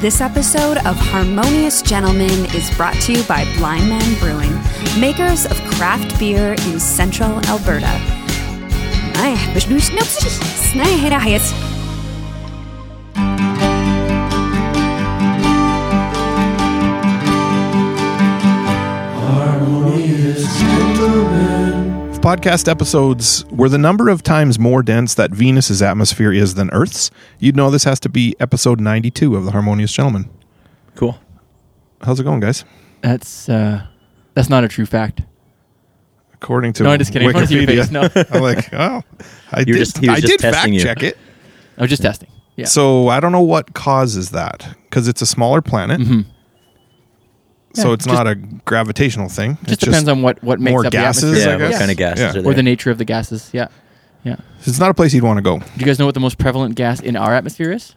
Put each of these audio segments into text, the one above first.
This episode of Harmonious Gentlemen is brought to you by Blind Man Brewing, makers of craft beer in central Alberta. Nei, beslutning- Nei, her er het. podcast episodes were the number of times more dense that Venus's atmosphere is than Earth's, you'd know this has to be episode 92 of The Harmonious Gentleman. Cool. How's it going, guys? That's uh, that's not a true fact. According to No, I'm just kidding. I wanna see your Wikipedia, face. No. I'm like, oh, I did, just- he was I just did testing fact you. check it. I was just testing. Yeah. So I don't know what causes that because it's a smaller planet. So Mm-hmm. Yeah, it's not a gravitational thing. it just depends on what what makes more up the gases. atmosphere Yeah, I what guess. kind of gases Yeah. are there? or the nature of the gases. Yeah. Yeah. It's not a place you'd want to go. Do you guys know what the most prevalent gas in our atmosphere is?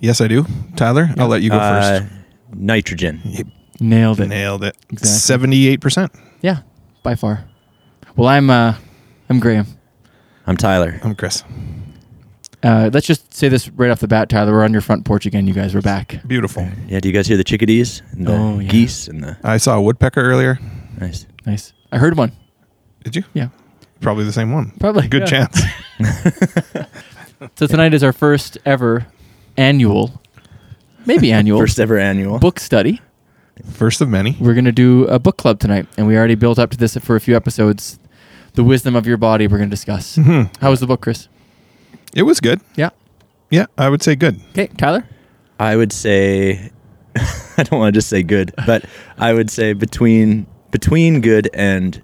Yes, I do. Tyler, I'll let you go Uh, first. nitrogen. Nailed it. Nailed it. Exactly. Seventy-eight percent. Yeah, by far. Well, I'm uh, I'm Graham. I'm Tyler. I'm Chris. Uh, let's just say this right off the bat, Tyler. We're on your front porch again, you guys. We're back. Beautiful. Yeah, do you guys hear the chickadees and the Oh, yeah. geese and the I saw a woodpecker earlier. nice? Nice. I heard one. Did you? Yeah, Probably the same one. probably. Good Yeah. chance. So tonight is our first ever annual, maybe annual First ever annual. book study. First of many. we're gonna do a book club tonight, and we already built up to this for a few episodes. The wisdom of your body, we're gonna discuss. Mm-hmm. How was the book, Chris? Hmm. It was good. Yeah. Yeah, I would say good. Okay, Tyler. I would say I don't want to just say good, but I would say between between good and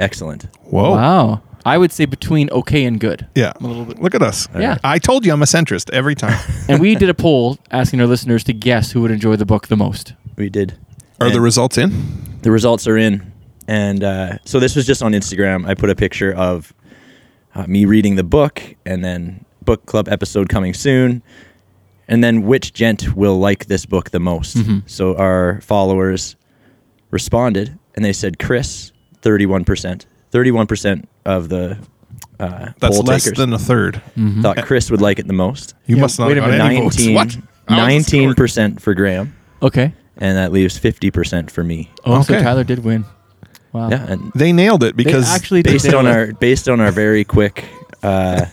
excellent. Whoa. Wow. I would say between okay and good. Oh. Yeah. I'm a little bit. Look at us. Yeah. I told you I'm a centrist every time. and we did a poll asking our listeners to guess who would enjoy the book the most. We did. Are the And- results in? the results are in and uh, so this was just on instagram i put a picture of uh, me reading the book and then book club episode coming soon and then which gent will like this book the most so our followers responded and they said chris 31% 31% of the uh, That's poll less takers than a third. thought chris would like it the most You Mm-hmm. Yeah, must not wait a have got minute. any votes. 19, What? How's the score? 19% for graham Okay. and that leaves 50% for me Oh, so Okay. Tyler did win. Wow. yeah and They nailed it They because actually did based win. on our based on our very quick uh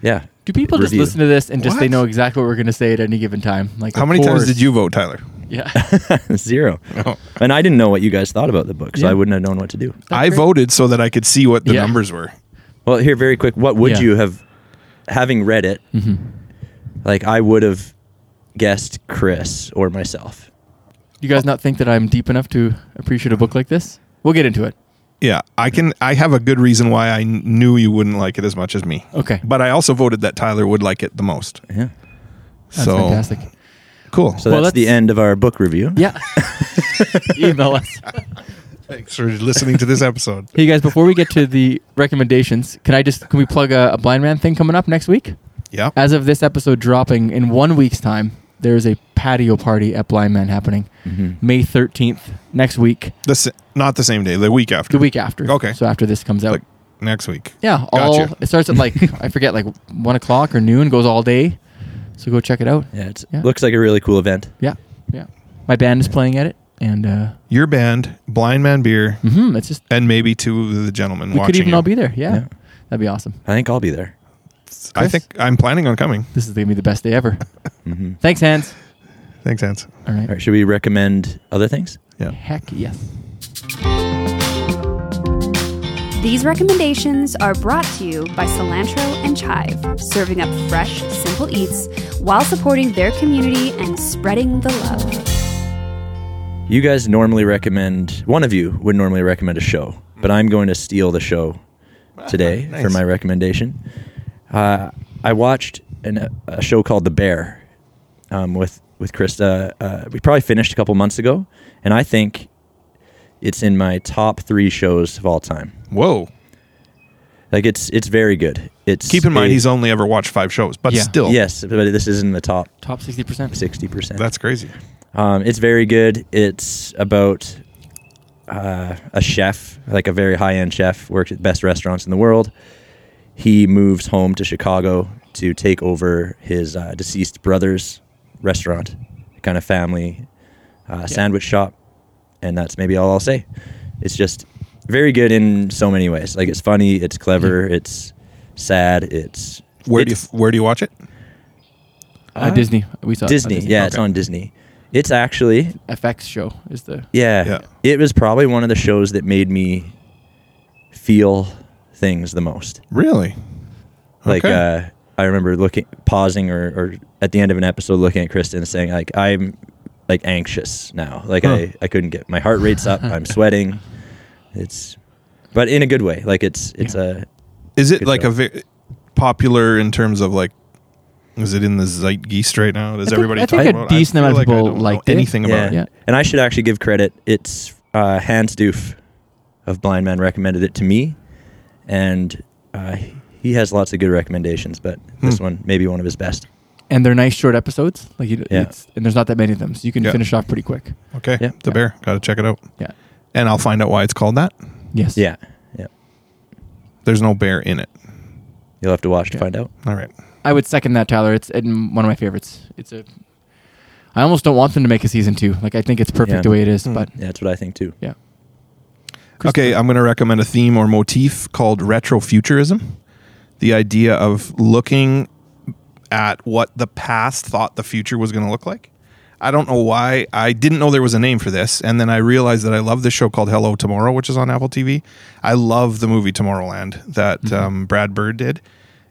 yeah Do people just review. listen to this and just they What? know exactly what we're gonna say at any given time? Like how of many times course. did you vote, Tyler? Yeah. zero No. and i didn't know what you guys thought about the book so Yeah. i wouldn't have known what to do I voted so that I could see what the Yeah. numbers were. well here very quick what would Yeah. Hmm. you have having read it Mm-hmm. like i would have guessed chris or myself you guys not think that I'm deep enough to appreciate a book like this? We'll get into it. Yeah, I can. I have a good reason why I kn- knew you wouldn't like it as much as me. Okay. But I also voted that Tyler would like it the most. yeah That's so fantastic. cool. so Well, that's the let's- end of our book review Yeah. Email us. Thanks for listening to this episode. Hey guys, before we get to the recommendations, can I just can we plug a, a blind man thing coming up next week? Yeah. As of this episode dropping in one week's time, there is a patio party at Blind Man happening Mm-hmm. May thirteenth next week, The s- not the same day. The week after. the week after. Okay. So after this comes out, Like next week. yeah, all gotcha. it starts at like I forget like one o'clock or noon, goes all day. So go check it out. yeah it Yeah. looks like a really cool event Yeah, yeah. My band is playing at it, and uh, Your band, Blind Man Beer, hmm it's just and maybe two of the gentlemen we watching. could even you. all be there. Yeah. Yeah. that'd be awesome. i think i'll be there I think I'm planning on coming. This is gonna be the best day ever. Mhm. Thanks, Hans. Thanks, Hans. All right. all right should we recommend other things Yeah. Heck yes. These recommendations are brought to you by Cilantro and Chive, serving up fresh, simple eats while supporting their community and spreading the love. You guys normally recommend, one of you would normally recommend a show, but I'm going to steal the show today Ah, Nice. for my recommendation. Uh, I watched an, a show called The Bear um, with, with Krista. Uh, we probably finished a couple months ago, and I think it's in my top three shows of all time. Whoa. Like it's it's very good. It's Keep in mind, a- he's only ever watched five shows, but Yeah. still. yes, but this is in the top Top sixty percent. sixty percent. That's crazy. Um, it's very good. It's about uh, a chef, like a very high end chef, works at the best restaurants in the world. He moves home to Chicago to take over his uh, deceased brother's restaurant kind of family uh, sandwich shop, and that's maybe all I'll say. It's just very good in so many ways. Like it's funny, it's clever, it's sad, it's Mm-hmm. Where do you it's where do you watch it? Uh, Disney. We saw it on Disney. Yeah, it's Okay. on Disney. It's actually FX show is the yeah, Yeah. It was probably one of the shows that made me feel things the most. Really? Like Okay. uh, I remember looking, pausing, or, or at the end of an episode, looking at Kristen and saying, "Like I'm like anxious now. Like Huh. I I couldn't get my heart rate's up. I'm sweating. It's but in a good way. Like it's it's a Is it Good like show. a very popular in terms of like? Is it in the zeitgeist right now? Does I think- everybody I talk think a about it? I decent feel amount of like I people don't know liked it. anything yeah. about Yeah. it. And I should actually give credit. It's uh, Hans Doof of Blind Man recommended it to me, and uh, he has lots of good recommendations. But this Hmm. one may be one of his best. and they're nice short episodes. Like you, Yeah. it's, and there's not that many of them, so you can Yeah. finish off pretty quick. Okay, Yeah. the bear. Got to check it out, Yeah. and I'll find out why it's called that. Yes. Yeah, yeah. There's no bear in it. You'll have to watch to Yeah. find out. All right. I would second that, Tyler. It's it's one of my favorites. It's a. I almost don't want them to make a season two. Like I think it's perfect Yeah. the way it is, Hmm. but Yeah, that's what I think too. yeah. Okay, I'm going to recommend a theme or motif called retrofuturism. The idea of looking at what the past thought the future was going to look like. I don't know why. I didn't know there was a name for this. And then I realized that I love this show called Hello Tomorrow, which is on Apple TV. I love the movie Tomorrowland that um, Brad Bird did.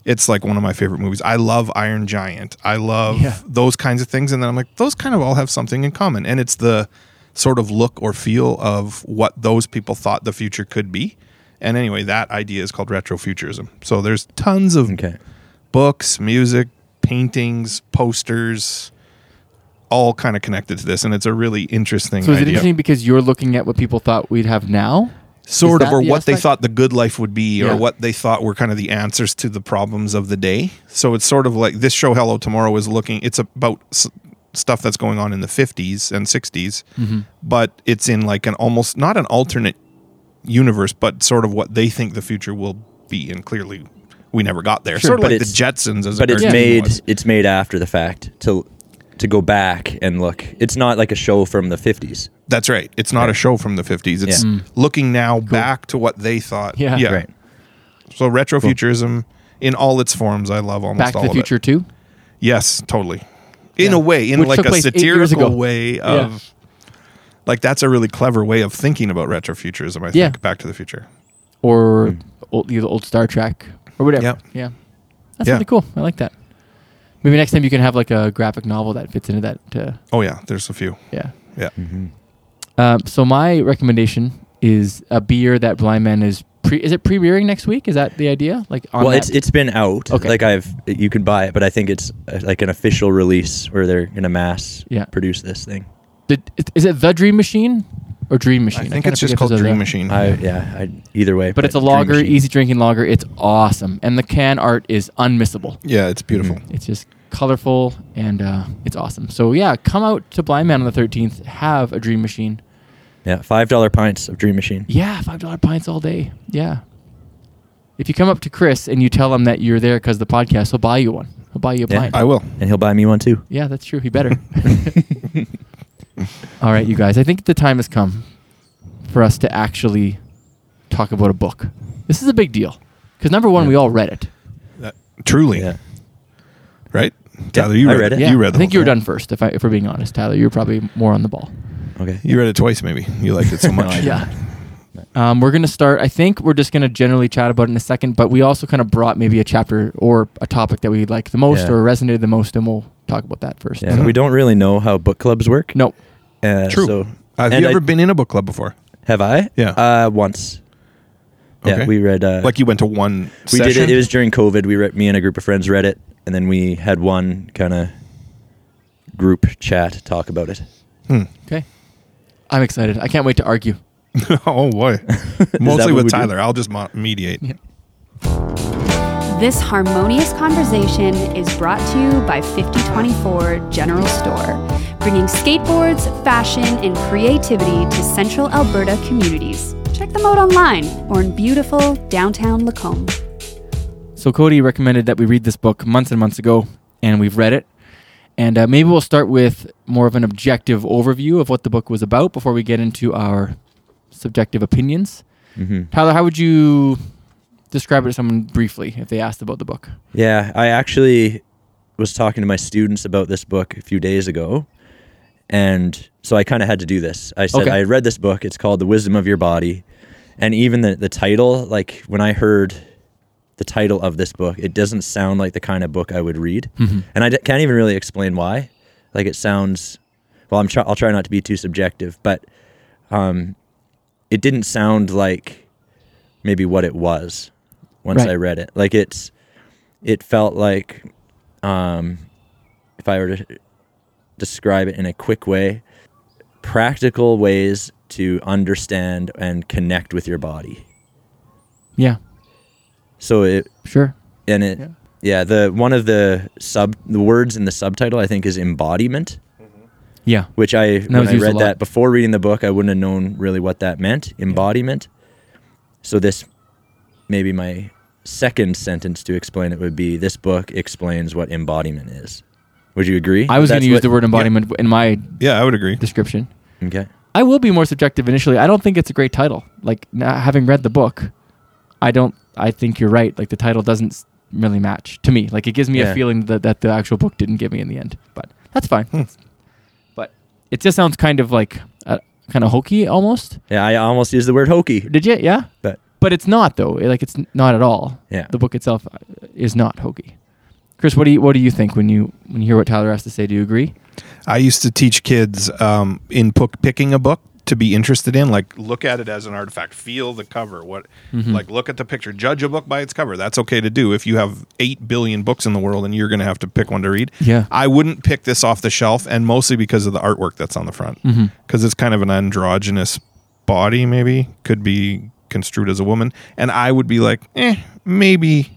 It's like one of my favorite movies. I love Iron Giant. I love Yeah. those kinds of things. And then I'm like, those kind of all have something in common. And it's the sort of look or feel of what those people thought the future could be. And anyway, that idea is called retrofuturism. So there's tons of Okay. books, music, paintings, posters, all kind of connected to this, and it's a really interesting. So is it uh, idea. interesting because you're looking at what people thought we'd have now? Sort Is of, that or the what they aspect? thought the good life would be, Yeah. or what they thought were kind of the answers to the problems of the day. So it's sort of like this show, Hello Tomorrow, is looking. It's about s- stuff that's going on in the fifties and 60s Mm-hmm. but it's in like an almost not an alternate universe, but sort of what they think the future will be, and clearly. We never got there. Sure, sort of but like the it's- Jetsons, as a But it's cartoon made was. it's made after the fact to to go back and look. It's not like a show from the fifties. That's right. It's not a show from the 50s. It's Yeah. Mm. looking now back to what they thought. Yeah. Right. So retrofuturism in all its forms, I love almost Back all to the of Future it. too. Yes, totally. In Yeah. a way, in Which like took a place eight years satirical ago. way Yeah. of like that's a really clever way of thinking about retrofuturism, I think. Yeah. Back to the future. or old, the old Star Trek or whatever. Hmm. Yeah. Yeah. That's Yeah. really cool. I like that. Maybe next time you can have like a graphic novel that fits into that. Uh, Oh yeah, there's a few. yeah. Yeah. Um, so my recommendation is a beer that Blind Man is pre. Is it pre-rearing next week? Is that the idea? Like on well, that- it's it's been out. Okay. Like I've you can buy it, but I think it's uh, like an official release where they're gonna mass Yeah. produce this thing. Did- is it the Dream Machine or Dream Machine? I think kinda it's just forget if called there's a- Dream Machine. I yeah. I, either way, But it's a Dream lager, Machine. easy drinking lager. It's awesome, and the can art is unmissable. yeah, it's beautiful. Mm-hmm. It's just colorful and uh, it's awesome. So yeah, come out to Blind Man on the 13th. Have a Dream Machine. Yeah, five dollar pints of Dream Machine. Yeah, five dollar pints all day. Yeah. If you come up to Chris and you tell him that you're there because the podcast, he'll buy you one. He'll buy you a Yeah. pint. I will. and he'll buy me one too. yeah, that's true. He better. all right, you guys. I think the time has come for us to actually talk about a book. This is a big deal because number one, Yeah. we all read it. That- Uh, truly. Yeah, Right? Tyler, you I read, read it. it. Yeah, You read the I think whole you were thing. done first. If I, if we're being honest, Tyler, you were probably more on the ball. okay. You read it twice maybe. You liked it so No, much. I didn't. Yeah. Um, we're gonna start. I think we're just gonna generally chat about it in a second, but we also kind of brought maybe a chapter or a topic that we like the most Yeah. or resonated the most, and we'll talk about that first. Yeah, we don't really know how book clubs work. No. uh, True. So, Have and you I- ever been in a book club before? Have I? Yeah. Uh, once. Okay. Yeah, we read. Uh, Like you went to one we session? did it. It was during COVID. We read. Me and a group of friends read it, and then we had one kind of group chat talk about it. Hmm. Okay. I'm excited. I can't wait to argue. oh boy. what Mostly we with do? Tyler. I'll just mo- mediate. This harmonious conversation is brought to you by 5024 General Store, bringing skateboards, fashion, and creativity to central Alberta communities. Check them out online or in beautiful downtown Lacombe. So Cody recommended that we read this book months and months ago, and we've read it. And uh, maybe we'll start with more of an objective overview of what the book was about before we get into our subjective opinions. Mm-hmm. Tyler, how would you describe it to someone briefly if they asked about the book? Yeah, I actually was talking to my students about this book a few days ago. And so I kind of had to do this. I said, Okay. I read this book. It's called The Wisdom of Your Body. And even the, the title, like when I heard the title of this book, it doesn't sound like the kind of book I would read. Mm-hmm. And I d- can't even really explain why. Like it sounds, well, I'm try- I'll try not to be too subjective, but um, it didn't sound like maybe what it was once Right. I read it. Like it's, it felt like um, if I were to describe it in a quick way, practical ways to understand and connect with your body. Yeah, So it sure. and it Yeah. yeah, the one of the sub the words in the subtitle I think is embodiment, Yeah. which I was when I used a read lot. that before reading the book I wouldn't have known really what that meant embodiment. So this maybe my second sentence to explain it would be this book explains what embodiment is. Would you agree? I was going That's to use what- the word embodiment in my Yeah, I would agree. description. Okay. I will be more subjective initially. I don't think it's a great title. Like now, having read the book, I don't. I think you're right. Like the title doesn't s- really match to me. Like it gives me a Yeah. feeling that that the actual book didn't give me in the end. But that's fine. But it just sounds kind of like uh, kind of hokey almost. Yeah, I almost used the word hokey, Did you? Yeah. but But it's not though. It- Like it's n- not at all. Yeah. The book itself uh, is not hokey. Chris, what do you what do you think when you when you hear what Tyler has to say? Do you agree? I used to teach kids um, in book picking a book to be interested in, like look at it as an artifact, feel the cover, what, like look at the picture, judge a book by its cover. That's okay to do if you have eight billion books in the world and you're going to have to pick one to read. Yeah. I wouldn't pick this off the shelf, and mostly because of the artwork that's on the front, because it's kind of an androgynous body, maybe could be construed as a woman, and I would be like, eh, maybe,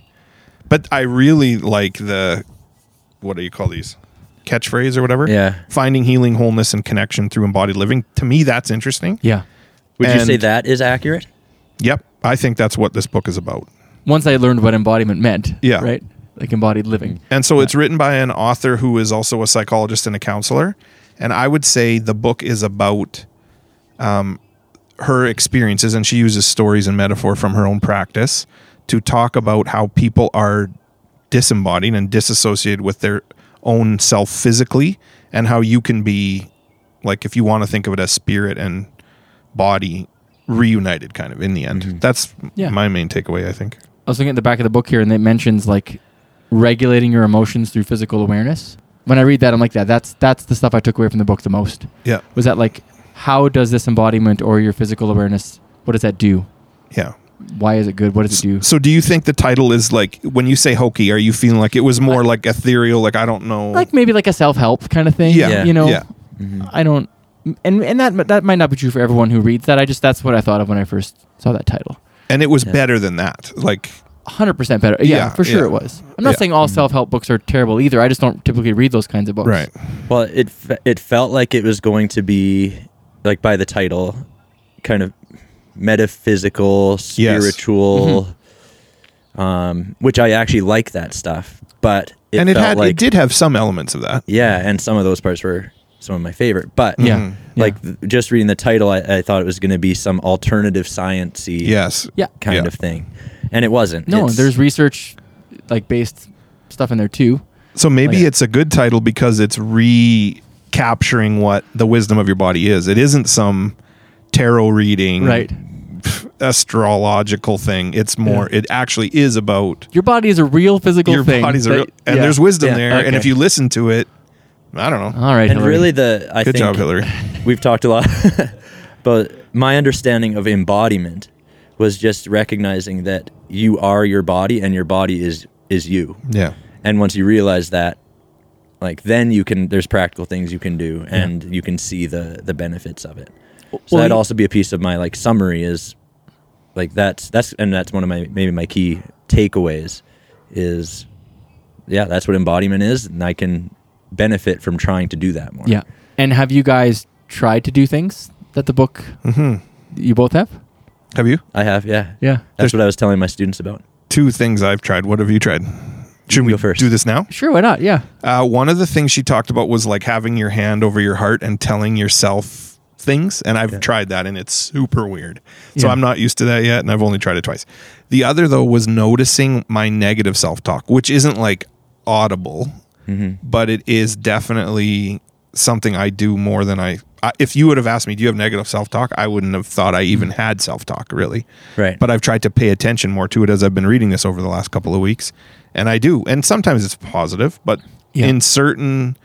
but I really like the, what do you call these? catchphrase or whatever Yeah. finding healing, wholeness, and connection through embodied living. To me, that's interesting. Yeah. would you say And- that is accurate? Yep. I think that's what this book is about. Once I learned what embodiment meant. Yeah. Right. Like embodied living. And so it's written by an author who is also a psychologist and a counselor. And I would say the book is about um, her experiences, and she uses stories and metaphor from her own practice to talk about how people are disembodied and disassociated with their own self physically, and how you can be, like, if you want to think of it as spirit and body reunited, kind of in the end. That's Yeah. my main takeaway, I think. I was looking at the back of the book here, and it mentions like regulating your emotions through physical awareness. When I read that, I'm like, that that's that's the stuff I took away from the book the most. Yeah. Was that like, how does this embodiment or your physical awareness? What does that do? Yeah. Why is it good? What does it do? So do you think the title is like when you say hokey, are you feeling like it was more like ethereal, like I don't know Like maybe like a self help kind of thing. Yeah. Yeah. You know, Yeah. I don't, and and that that might not be true for everyone who reads that. I just that's what I thought of when I first saw that title. and it was better than that. Like hundred percent better. Yeah, Yeah, for sure yeah. it was. I'm not Yeah. Mm. saying all self help books are terrible either. I just don't typically read those kinds of books. right. Well, it fe- it felt like it was going to be like by the title, kind of metaphysical, spiritual, Mm-hmm. um, which I actually like that stuff. But it and it felt had like, it did have some elements of that. yeah, and some of those parts were some of my favorite. But Yeah. Mhm. like th- just reading the title, I, I thought it was going to be some alternative sciency Yes. Yeah. kind Yeah. of thing, and it wasn't. No, It's- there's research like based stuff in there too. So maybe Oh, Yeah. it's a good title because it's recapturing what the wisdom of your body is. It isn't some tarot reading Right. astrological thing. It's more it actually is about Your body is a real physical your thing. body's a that- real, and yeah. there's wisdom Yeah, there. And okay. Ah, if you listen to it, I don't know. All right. and Hillary. really the I Good think job, Hillary. we've talked a lot but my understanding of embodiment was just recognizing that you are your body and your body is is you Yeah. and once you realize that like then you can there's practical things you can do and you can see the the benefits of it so Well, that'd you- also be a piece of my like summary is like that's that's and that's one of my maybe my key takeaways is yeah that's what embodiment is and i can benefit from trying to do that more Yeah. And have you guys tried to do things that the book Mm-hmm. you both have? Have you? I have, yeah. Yeah. That's what I was telling my students about. Two things I've tried. What have you tried? Should we go first. do this now? Sure, why not? Yeah. Uh, one of the things she talked about was like having your hand over your heart and telling yourself things. And I've tried that and it's super weird. So Yeah. I'm not used to that yet. And I've only tried it twice. The other, though, was noticing my negative self talk, which isn't like audible, but it is definitely something I do more than I. I if you would have asked me, do you have negative self talk? I wouldn't have thought I even had self talk, really Right. but I've tried to pay attention more to it as I've been reading this over the last couple of weeks, and I do. And sometimes it's positive, but Yeah. in certain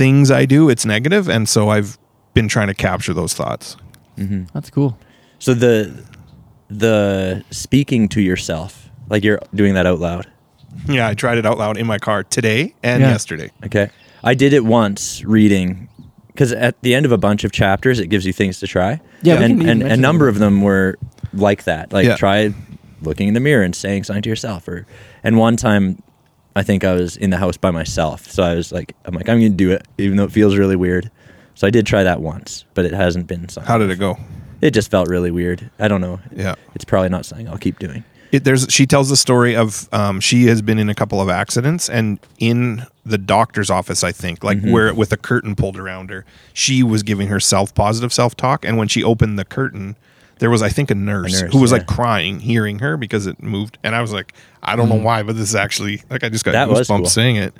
things I do, it's negative, and so I've been trying to capture those thoughts. That's cool. so the the speaking to yourself, like you're doing that out loud. Yeah, I tried it out loud in my car today and Yeah. yesterday. Okay. I did it once reading because at the end of a bunch of chapters, it gives you things to try. Yeah, we and, can even and a mention number that. of them were like that. Like Yeah. try looking in the mirror and saying something to yourself. Or and one time, I think I was in the house by myself, so I was like, I'm like, I'm gonna do it, even though it feels really weird. So I did try that once, but it hasn't been something. How did it go? It just felt really weird. I don't know. Yeah. It's probably not something I'll keep doing. it, there's she tells the story of um, she has been in a couple of accidents and in the doctor's office i think Mm-hmm. like where with a curtain pulled around her she was giving herself positive self-talk and when she opened the curtain there was i think a nurse, nurse, who was yeah. like crying hearing her because it moved and i was like i don't know why but this is actually like i just got Mm. That was goosebumps cool. saying it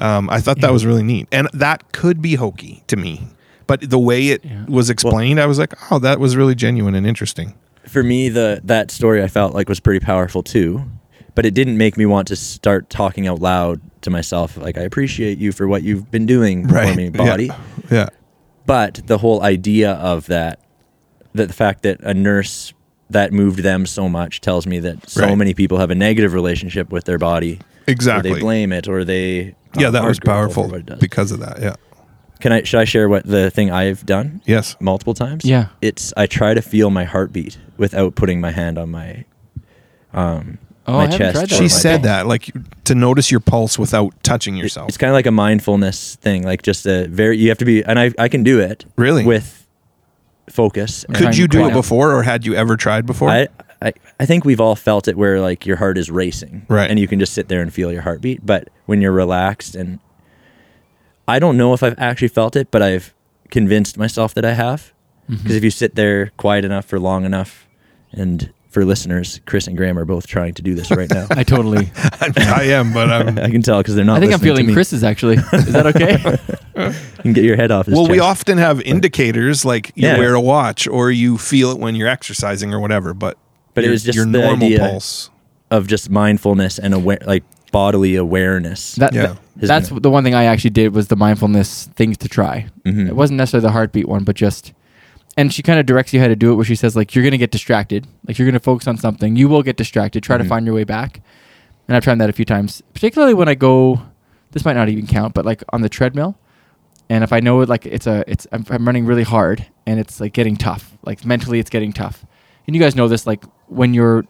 um, i thought that was really neat and that could be hokey to me but the way it was explained i was like oh that was really genuine and interesting for me the that story I felt like was pretty powerful too, but it didn't make me want to start talking out loud to myself like I appreciate you for what you've been doing for me, body. yeah, yeah. But the whole idea of that that the fact that a nurse that moved them so much tells me that so Right. many people have a negative relationship with their body. Or Exactly. they blame it or they yeah, that are was grateful powerful for what it does. because of that. Yeah. Can I should I share what the thing I've done? Yes. multiple times. Yeah. It's I try to feel my heartbeat without putting my hand on my um, Oh, My I haven't chest. tried that. She She one. said pulse. that, like to notice your pulse without touching yourself. It's kind of like a mindfulness thing, like just a very you have to be and I I can do it. Really? With focus. Could Could you do it Right. before, or had you ever tried before? I, I I think we've all felt it where like your heart is racing. Right. And you can just sit there and feel your heartbeat, but when you're relaxed and I don't know if I've actually felt it, but I've convinced myself that I have. Because Mm-hmm. if you sit there quiet enough for long enough, and for listeners, Chris and Graham are both trying to do this right now. I totally. I am, but um, I'm. I can tell because they're not. I think I'm listening to feeling me. Chris's actually. Is that okay? You can get your head off. His Well, we chest. often have indicators like you Yeah. wear a watch or you feel it when you're exercising or whatever, but But it your- was just your the normal idea. pulse. of just mindfulness and aware, like bodily awareness. That, Yeah. that- that's Isn't the one thing I actually did was the mindfulness things to try. Mm-hmm. Mm. It wasn't necessarily the heartbeat one, but just and she kind of directs you how to do it where she says like you're going to get distracted, like you're going to focus on something, you will get distracted, try to find your way back. And I've tried that a few times, particularly when I go this might not even count, but like on the treadmill. And if I know it like it's a it's I'm, I'm running really hard and it's like getting tough, like mentally it's getting tough. And you guys know this like when you're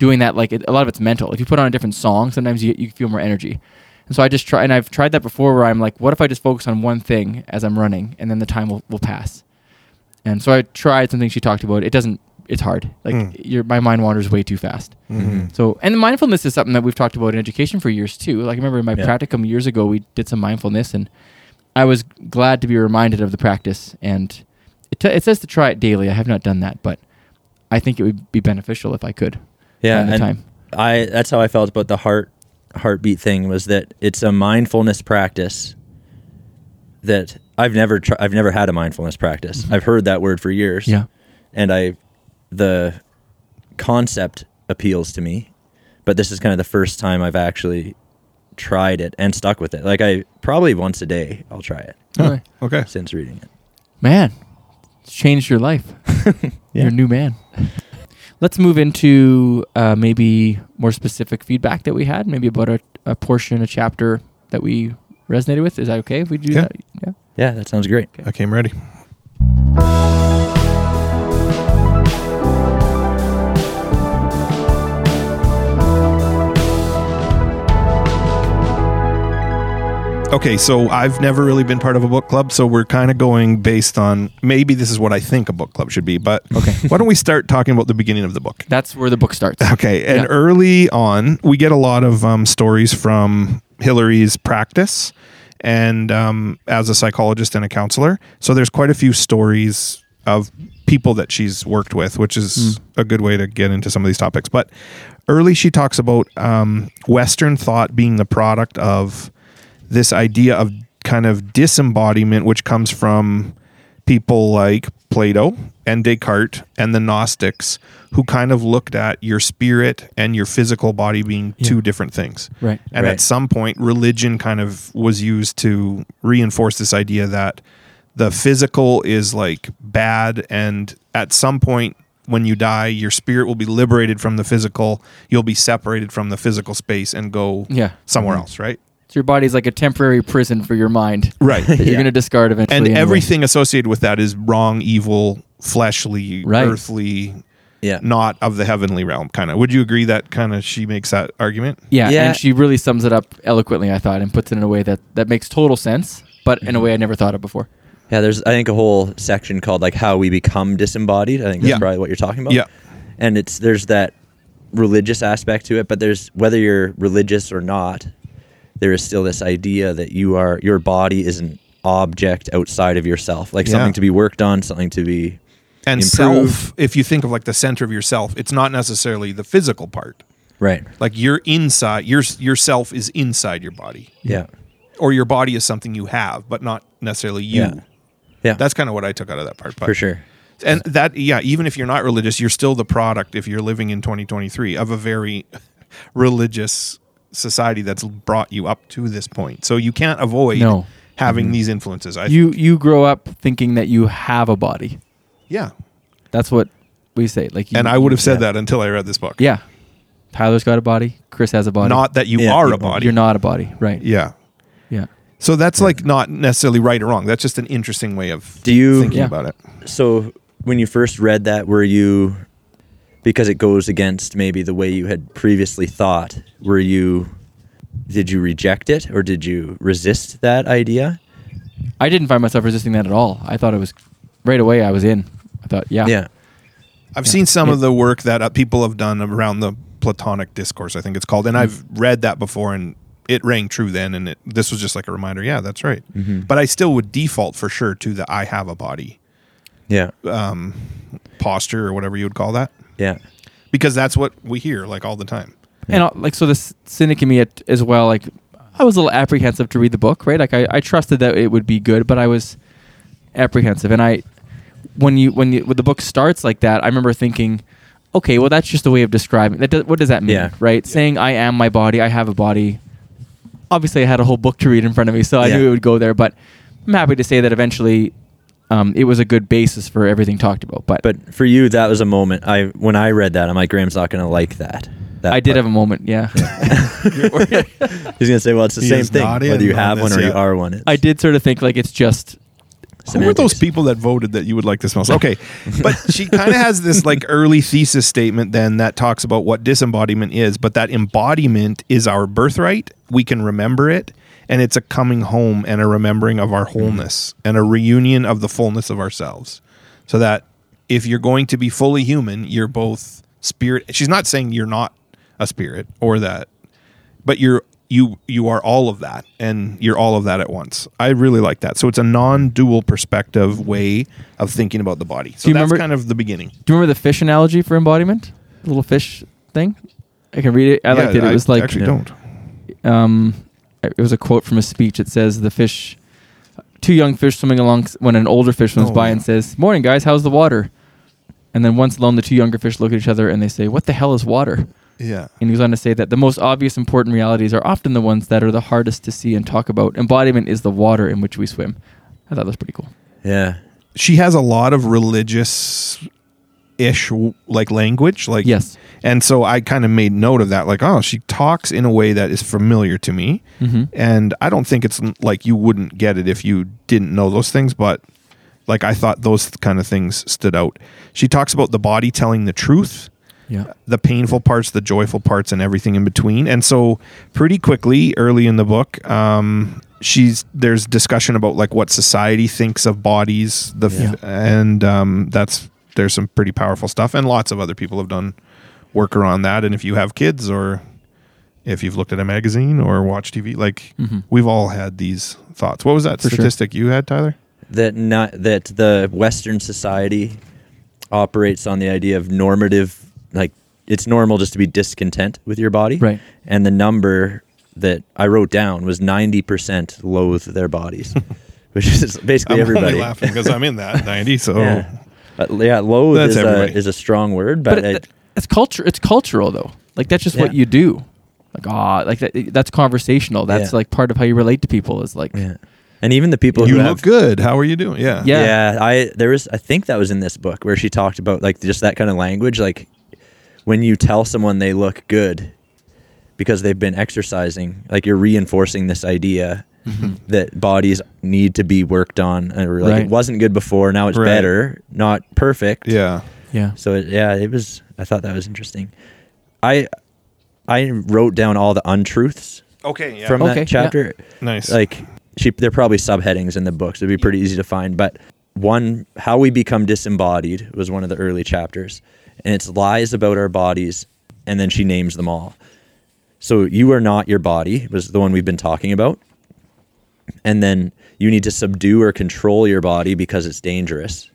doing that like it, a lot of it's mental if you put on a different song sometimes you, you feel more energy and so i just try and i've tried that before where i'm like what if i just focus on one thing as i'm running and then the time will, will pass and so i tried something she talked about it doesn't it's hard like Mm. your, my mind wanders way too fast Mhm. so and mindfulness is something that we've talked about in education for years too like i remember in my Yeah. practicum years ago we did some mindfulness and i was glad to be reminded of the practice and it, t- it says to try it daily i have not done that but i think it would be beneficial if i could yeah, find the and time I that's how I felt about the heart heartbeat thing was that it's a mindfulness practice that I've never tr- I've never had a mindfulness practice. I've heard that word for years. Mm-hmm. Yeah. and I the concept appeals to me, but this is kind of the first time I've actually tried it and stuck with it. Like I probably once a day I'll try it Huh, Okay. since reading it. Man, it's changed your life. You're a new man. Let's move into uh, maybe more specific feedback that we had, maybe about a, a portion, a chapter that we resonated with. Is that okay if we do Yeah. that? Yeah. Yeah, that sounds great. I came ready. Okay, so I've never really been part of a book club, so we're kind of going based on maybe this is what I think a book club should be, but okay. why don't we start talking about the beginning of the book? That's where the book starts. Okay, and Yeah. early on, we get a lot of um, stories from Hillary's practice, and um, as a psychologist and a counselor, so there's quite a few stories of people that she's worked with, which is a good way to get into some of these topics. But early, she talks about um, Western thought being the product of this idea of kind of disembodiment, which comes from people like Plato and Descartes and the Gnostics, who kind of looked at your spirit and your physical body being two different things. Right. And Right. at some point, religion kind of was used to reinforce this idea that the physical is like bad. And at some point, when you die, your spirit will be liberated from the physical. You'll be separated from the physical space and go Yeah. Mm-hmm. somewhere else, right? So your body's like a temporary prison for your mind Right. that you're going to discard eventually. and anyway. everything associated with that is wrong, evil, fleshly, Right. earthly, Yeah. not of the heavenly realm. Kind of. Would you agree that kind of she makes that argument? Yeah, Yeah. and she really sums it up eloquently, I thought, and puts it in a way that, that makes total sense, but Mm-hmm. in a way I never thought of before. Yeah, there's I think a whole section called like how we become disembodied. I think that's Yeah. probably what you're talking about. Yeah. And it's there's that religious aspect to it, but there's whether you're religious or not, there is still this idea that you are your body is an object outside of yourself, like Yeah. something to be worked on, something to be And Improve. self, if you think of like the center of yourself, it's not necessarily the physical part. right. Like you're inside, your yourself is inside your body, Yeah. or your body is something you have, but not necessarily you. Yeah. Yeah. That's kind of what I took out of that part. But for sure. and that yeah even if you're not religious you're still the product if you're living in 2023 of a very religious society that's brought you up to this point so you can't avoid No. Mm-hmm. having these influences i You you grow up thinking that you have a body. yeah That's what we say. Like, you, and i would have said Yeah. that until i read this book yeah, Tyler's got a body. Chris has a body. not that you Yeah, are you- a body You're not a body, right? yeah Yeah. so that's like not necessarily right or wrong that's just an interesting way of Do you- thinking Yeah. about it So when you first read that, were you because it goes against maybe the way you had previously thought, were you did you reject it or did you resist that idea? I didn't find myself resisting that at all. I thought it was right away. I was in. I thought, yeah, Yeah. I've seen some of the work that uh, people have done around the Platonic discourse, I think it's called, and I've read that before, and it rang true then, and it, this was just like a reminder. Yeah, that's right. But I still would default for sure to the "I have a body" Yeah. posture or whatever you would call that, Yeah. because that's what we hear like all the time. And uh, like, so the c- cynic in me at, as well. Like, I was a little apprehensive to read the book, right? Like, I, I trusted that it would be good, but I was apprehensive. And I, when you when you when the book starts like that, I remember thinking, okay, well, that's just a way of describing that. Does, what does that mean, Yeah. right? Saying I am my body, I have a body. Obviously, I had a whole book to read in front of me, so I Yeah. knew it would go there. But I'm happy to say that eventually, um, it was a good basis for everything talked about. But But for you that was a moment I when I read that, I'm like, Graham's not gonna like that. that I did part. have a moment, yeah. He's gonna say, Well, it's the He same is thing. not Whether in you on have one this or you yet. are one. It's I did sort of think like it's just Who were those semantics. people that voted that you would like this most? Okay, but she kind of has this like early thesis statement then that talks about what disembodiment is, but that embodiment is our birthright. We can remember it, and it's a coming home and a remembering of our wholeness and a reunion of the fullness of ourselves. So that if you're going to be fully human, you're both spirit. She's not saying you're not a spirit or that, but you're you you are all of that and you're all of that at once. I really like that. So it's a non-dual perspective way of thinking about the body. So you that's remember- kind of the beginning. Do you remember the fish analogy for embodiment? The little fish thing? I can read it. I liked it. It was like actually don't. um, it was a quote from a speech. It says the fish, two young fish swimming along when an older fish swims Oh, by yeah. and says, "Morning, guys. How's the water?" And then once alone, the two younger fish look at each other and they say, "What the hell is water?" Yeah. And he goes on to say that the most obvious important realities are often the ones that are the hardest to see and talk about. Embodiment is the water in which we swim. I thought that was pretty cool. Yeah. She has a lot of religious ish like language like Yes. and so i kind of made note of that like oh she talks in a way that is familiar to me and i don't think it's like you wouldn't get it if you didn't know those things but like i thought those kind of things stood out she talks about the body telling the truth Yeah. the painful parts, the joyful parts, and everything in between. And so, pretty quickly, early in the book, um, she's there's discussion about like what society thinks of bodies the f- Yeah. and um that's there's some pretty powerful stuff and lots of other people have done work around that and if you have kids or if you've looked at a magazine or watched TV like Mm-hmm. we've all had these thoughts what was that For sure. statistic you had Tyler that not that the Western society operates on the idea of normative, like it's normal just to be discontent with your body, Right. And the number that I wrote down was ninety percent loathe their bodies, which is basically I'm everybody. only laughing because I'm in that 90 so Yeah. But yeah, loathe That's is a, everybody. is a strong word, but but, it, I- th- it's culture. It's cultural though. Like that's just what Yeah. you do. Like ah, like that, that's conversational. That's Yeah. like part of how you relate to people. Is like yeah. and even the people you who look have, good how are you doing yeah Yeah. yeah. I there was I think that was in this book where she talked about like just that kind of language like when you tell someone they look good because they've been exercising like you're reinforcing this idea that bodies need to be worked on or like Right. it wasn't good before now it's Right. better not perfect yeah yeah. so it, yeah it was I thought that was interesting I I wrote down all the untruths okay yeah from Okay, yeah. that chapter nice like she they're probably subheadings in the books it'd be pretty easy to find but one how we become disembodied was one of the early chapters and it's lies about our bodies and then she names them all so you are not your body was the one we've been talking about and then you need to subdue or control your body because it's dangerous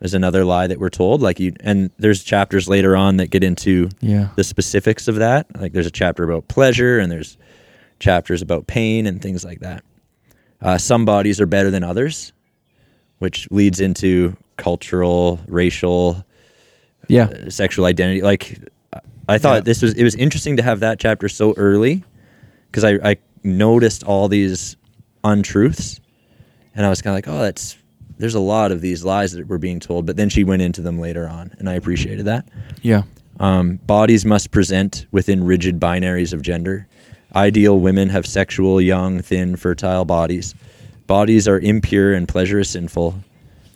is another lie that we're told like you and there's chapters later on that get into Yeah. the specifics of that like there's a chapter about pleasure and there's chapters about pain and things like that uh, some bodies are better than others which leads into cultural racial Uh, yeah. sexual identity. Like I thought Yeah. this was it was interesting to have that chapter so early because I, I noticed all these untruths and I was kind of like, oh, that's there's a lot of these lies that were being told. But then she went into them later on, and I appreciated that. Yeah. Um, bodies must present within rigid binaries of gender. Ideal women have sexual, young, thin, fertile bodies. Bodies are impure and pleasure is sinful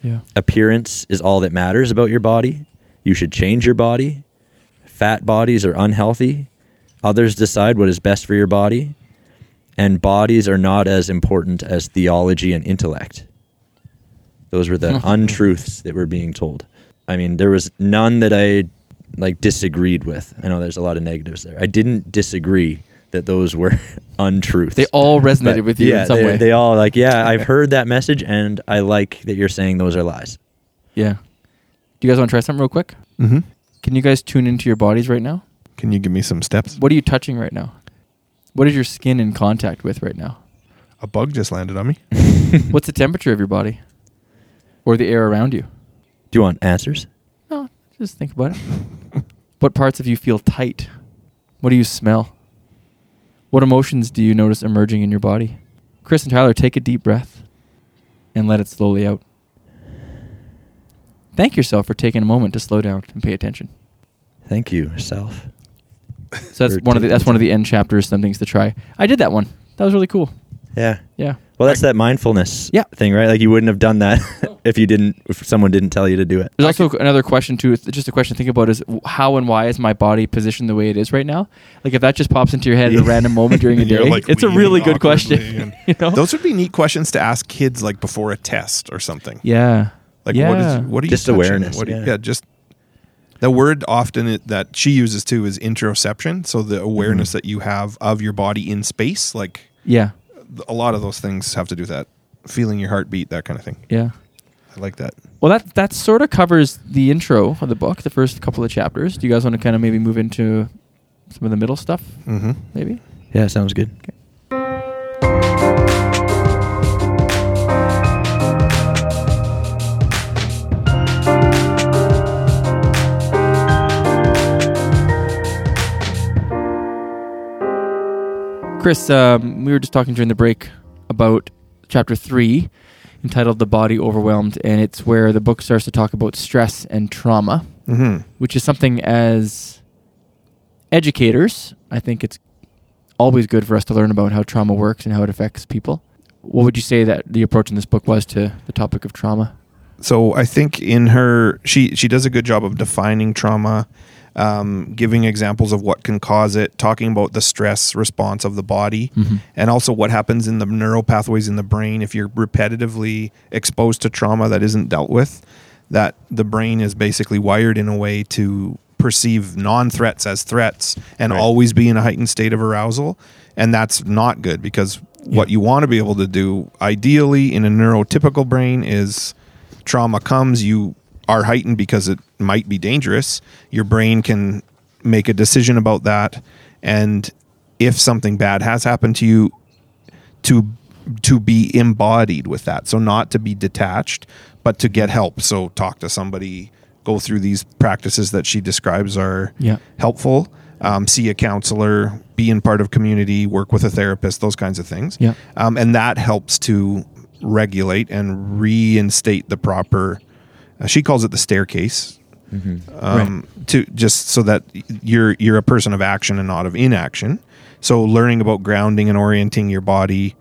Yeah. appearance is all that matters about your body. You should change your body. Fat bodies are unhealthy. Others decide what is best for your body. And bodies are not as important as theology and intellect. Those were the untruths that were being told. I mean, there was none that I like disagreed with. I know there's a lot of negatives there. I didn't disagree that those were untruths. They all resonated But with you yeah, in some they, way. They all like, yeah, I've heard that message, and I like that you're saying those are lies. yeah. Do you guys want to try something real quick? hmm Can you guys tune into your bodies right now? can you give me some steps What are you touching right now? What is your skin in contact with right now? a bug just landed on me Hmm. What's the temperature of your body? Or the air around you? Do you want answers? No, Oh, just think about it. what parts of you feel tight? What do you smell? What emotions do you notice emerging in your body? Chris and Tyler, take a deep breath and let it slowly out. Thank yourself for taking a moment to slow down and pay attention. Thank you, self. So that's For one of taking the that's one of time. the end chapters. Some things to try. I did that one. That was really cool. Yeah. Yeah. Well, that's that mindfulness Yeah. thing, right? Like you wouldn't have done that No. if you didn't, if someone didn't tell you to do it. There's also another question too. It's just a question to think about is w- how and why is my body positioned the way it is right now? Like if that just pops into your head at a Yeah. random moment during your You're, day, like, it's a leaning really good awkwardly question. and- you know? Those would be neat questions to ask kids like before a test or something. yeah. Like yeah. what is what are you Just touching? awareness, What do you- yeah. yeah. just the word often it, that she uses too is interoception, so the awareness Mm-hmm. that you have of your body in space, like yeah. th- a lot of those things have to do with that feeling your heartbeat, that kind of thing. Yeah. I like that. Well, that that sort of covers the intro of the book, the first couple of chapters. Do you guys want to kind of maybe move into some of the middle stuff? Mm-hmm. Maybe. Yeah, sounds good. Okay. Chris, um, we were just talking during the break about chapter three, entitled "The Body Overwhelmed," and it's where the book starts to talk about stress and trauma Mm-hmm. which is something as educators, I think it's always good for us to learn about how trauma works and how it affects people. What would you say that the approach in this book was to the topic of trauma? so I think in her she she does a good job of defining trauma um, giving examples of what can cause it, talking about the stress response of the body, and also what happens in the neural pathways in the brain if you're repetitively exposed to trauma that isn't dealt with. That the brain is basically wired in a way to perceive non-threats as threats and always be in a heightened state of arousal, and that's not good because what you want to be able to do, ideally, in a neurotypical brain, is trauma comes, you are heightened because it might be dangerous. Your brain can make a decision about that, and if something bad has happened to you, to to be embodied with that. So not to be detached, but to get help. So talk to somebody. Go through these practices that she describes are Yeah. helpful. Um, see a counselor, be in part of community, work with a therapist, those kinds of things. Yeah. Um, and that helps to regulate and reinstate the proper. Uh, she calls it the staircase. Um, To just so that you're you're a person of action and not of inaction. So learning about grounding and orienting your body,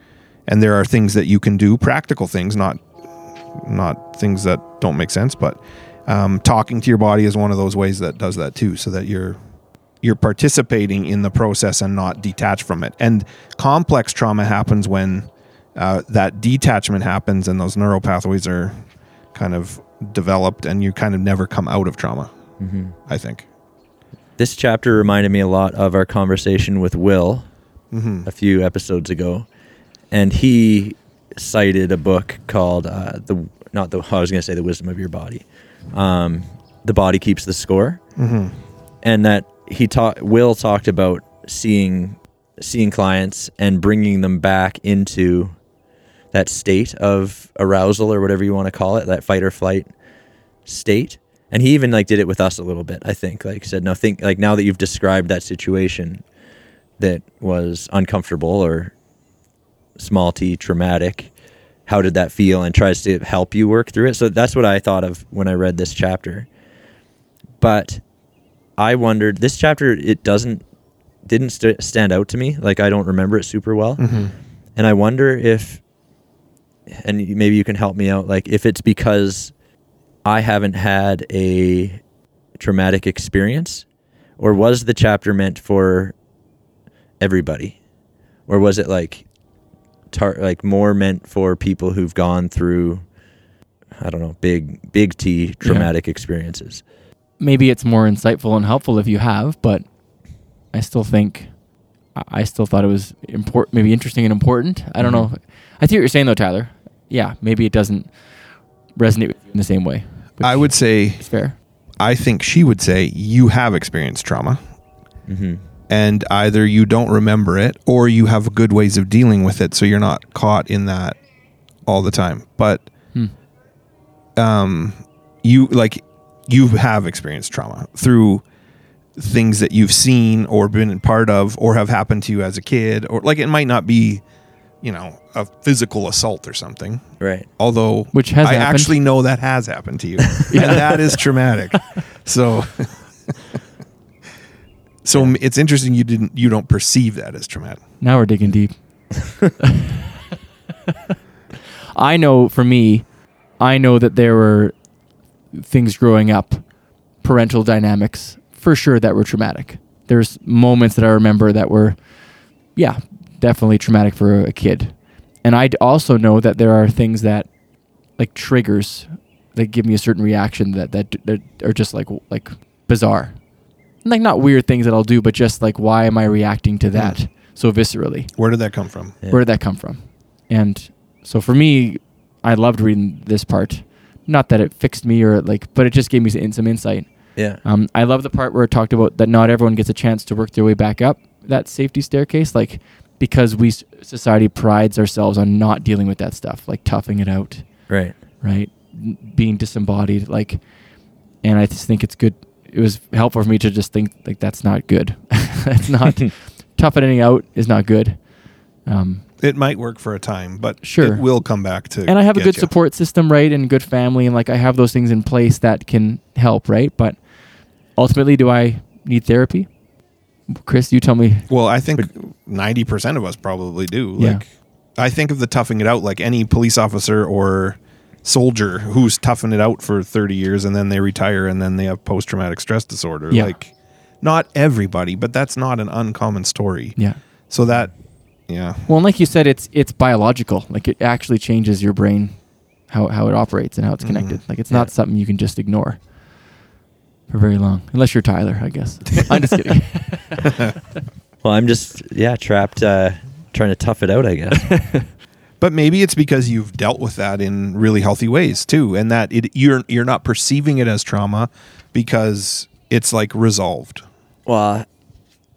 and there are things that you can do, practical things, not not things that don't make sense, but um, talking to your body is one of those ways that does that too, so that you're you're participating in the process and not detached from it. And complex trauma happens when uh, that detachment happens and those neural pathways are kind of developed, and you kind of never come out of trauma. I think. This chapter reminded me a lot of our conversation with Will a few episodes ago, and he cited a book called uh, the not the I was going to say the wisdom of your body, um, the body keeps the score, and that he taught Will talked about seeing seeing clients and bringing them back into that state of arousal or whatever you want to call it, that fight or flight state. And he even like did it with us a little bit, I think. Like said, no, think like now that you've described that situation that was uncomfortable or small t traumatic, how did that feel? And tries to help you work through it. So that's what I thought of when I read this chapter. But I wondered this chapter it doesn't didn't st- stand out to me. Like I don't remember it super well. And I wonder if and maybe you can help me out like if it's because I haven't had a traumatic experience? Or was the chapter meant for everybody? Or was it like tar- like more meant for people who've gone through I don't know, big big T traumatic experiences? maybe it's more insightful and helpful if you have, but I still think I- I still thought it was important, maybe interesting and important. I don't know. I see what you're saying though, Tyler. Yeah, maybe it doesn't resonate with you in the same way. which I would say is fair. I think she would say you have experienced trauma. And either you don't remember it or you have good ways of dealing with it. So you're not caught in that all the time. But um, you like you have experienced trauma through things that you've seen or been a part of or have happened to you as a kid or like it might not be you know a physical assault or something Right. although Which has I happened. actually know that has happened to you, and that is traumatic. So, so m it's interesting you didn't you don't perceive that as traumatic. Now we're digging deep. I know for me, I know that there were things growing up, parental dynamics for sure that were traumatic. There's moments that I remember that were, yeah, definitely traumatic for a kid. And I also know that there are things that, like triggers, that give me a certain reaction that that, that are just like like bizarre, like not weird things that I'll do, but just like why am I reacting to that so viscerally? Where did that come from? Yeah. Where did that come from? And so for me, I loved reading this part. Not that it fixed me or like, but it just gave me some, some insight. Yeah. Um, I love the part where it talked about that not everyone gets a chance to work their way back up that safety staircase, like because we s- society prides ourselves on not dealing with that stuff, like toughing it out, right. right? N- Being disembodied, like, and I just think it's good. It was helpful for me to just think like that's not good. that's not toughening out is not good. Um, It might work for a time, but Sure. it will come back to. and I have a get good ya. support system, right, and good family, and like I have those things in place that can help, right? But ultimately, do I need therapy? Chris, you tell me. Well, I think ninety percent of us probably do. Yeah. Like, I think of the toughing it out like any police officer or soldier who's toughing it out for thirty years and then they retire and then they have post traumatic stress disorder. Yeah. Like, Not everybody, but that's not an uncommon story. Yeah. So that, yeah. Well, and like you said, it's it's biological. Like it actually changes your brain, how how it operates and how Mm-hmm. it's connected. Like it's not something you can just ignore for very long, unless you're Tyler, I guess. I'm just kidding. Well, I'm just yeah trapped, uh, trying to tough it out. I guess. But maybe it's because you've dealt with that in really healthy ways too, and that it you're you're not perceiving it as trauma because it's like resolved. well,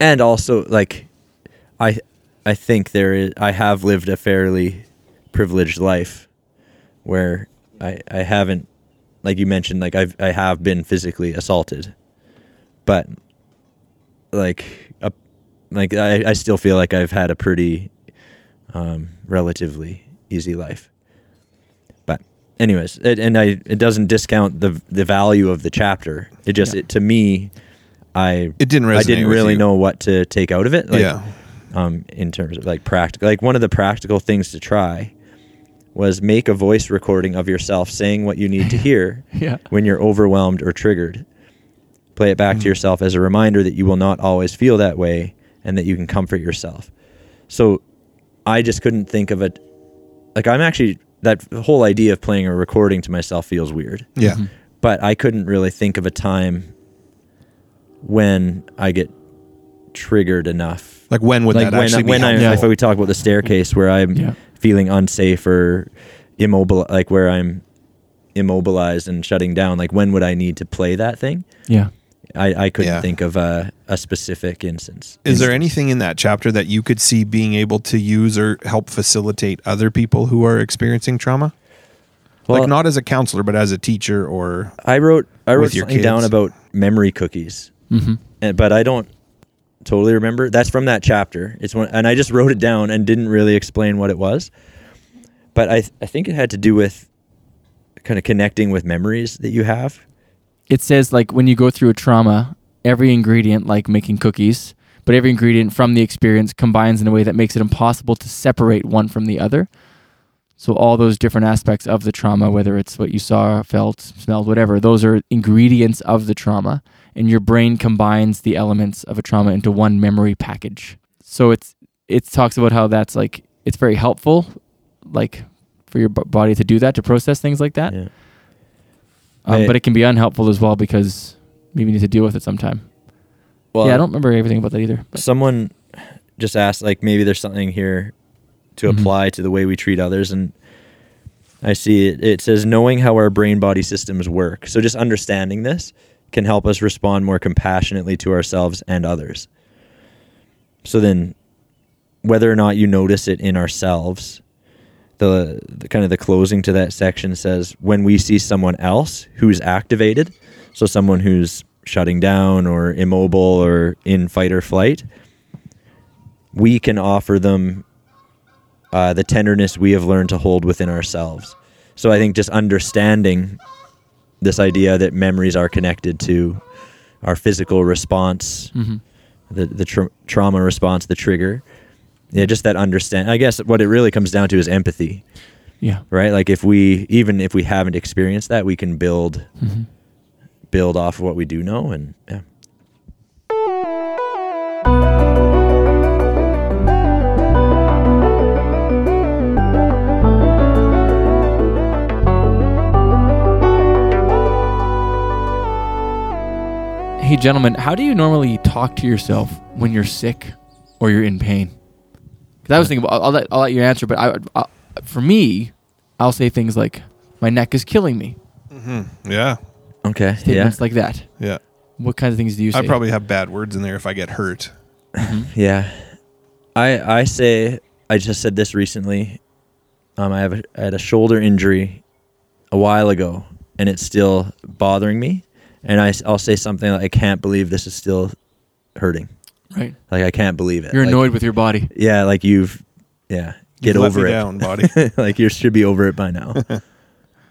and also like, I I think there is. I have lived a fairly privileged life, where I I haven't, like you mentioned, like I've I have been physically assaulted, but like a like I I still feel like I've had a pretty um, relatively easy life. But anyways, it, and I it doesn't discount the the value of the chapter. It just Yeah. it, to me, I It didn't I resonate didn't with really you. know what to take out of it. Like, Yeah. Um, in terms of like practical, like one of the practical things to try was make a voice recording of yourself saying what you need to hear Yeah. when you're overwhelmed or triggered. Play it Mm-hmm. back to yourself as a reminder that you will not always feel that way and that you can comfort yourself. So I just couldn't think of it. Like, I'm actually, that whole idea of playing a recording to myself feels weird, Yeah. but I couldn't really think of a time when I get triggered enough Like when would like that when, uh, actually when be I, helpful? if we talk about the staircase where I'm Yeah. feeling unsafe or immobile, like where I'm immobilized and shutting down, like when would I need to play that thing? Yeah. I, I couldn't Yeah. think of a, a specific instance. Is there Instance. anything in that chapter that you could see being able to use or help facilitate other people who are experiencing trauma? Well- like not as a counselor, but as a teacher or I wrote I wrote with your something down kids? about memory cookies, hmm and, but I don't totally remember. That's from that chapter. It's one, and I just wrote it down and didn't really explain what it was. But I I think it had to do with kind of connecting with memories that you have. It says like when you go through a trauma, every ingredient, like making cookies, but every ingredient from the experience combines in a way that makes it impossible to separate one from the other. So all those different aspects of the trauma, whether it's what you saw, felt, smelled, whatever, those are ingredients of the trauma, and your brain combines the elements of a trauma into one memory package. So it's it talks about how that's like it's very helpful, like for your b- body to do that to process things like that. Yeah. Um, I- but it can be unhelpful as well because maybe you need to deal with it sometime. Well, yeah, I don't remember everything about that either. but- someone just asked like maybe there's something here to Mhm. apply to the way we treat others and i see it, it says knowing how our brain body systems work so just understanding this can help us respond more compassionately to ourselves and others so then whether or not you notice it in ourselves the, the kind of the closing to that section says when we see someone else who's activated so someone who's shutting down or immobile or in fight or flight we can offer them uh, the tenderness we have learned to hold within ourselves so i think just understanding this idea that memories are connected to our physical response Mhm. the the tr- trauma response, the trigger. Yeah, just that understand. I guess what it really comes down to is empathy, Yeah. right? Like if we even if we haven't experienced that, we can build Mhm. build off of what we do know, and yeah. Hey, gentlemen, how do you normally talk to yourself when you're sick or you're in pain? 'Cause I was thinking, about, I'll, let, I'll let you answer, but I, I, for me, I'll say things like, my neck is killing me. hmm, yeah, Okay. Yeah. Statements like that. yeah. What kinds of things do you say? I probably have bad words in there if I get hurt. Yeah. I I say I just said this recently. Um, I have a, I had a shoulder injury a while ago, and it's still bothering me. And I will say something like, I can't believe this is still hurting. Right. Like I can't believe it. You're Like, annoyed with your body. yeah, like you've, yeah, get You've let over me it. down, body. like you should be over it by now.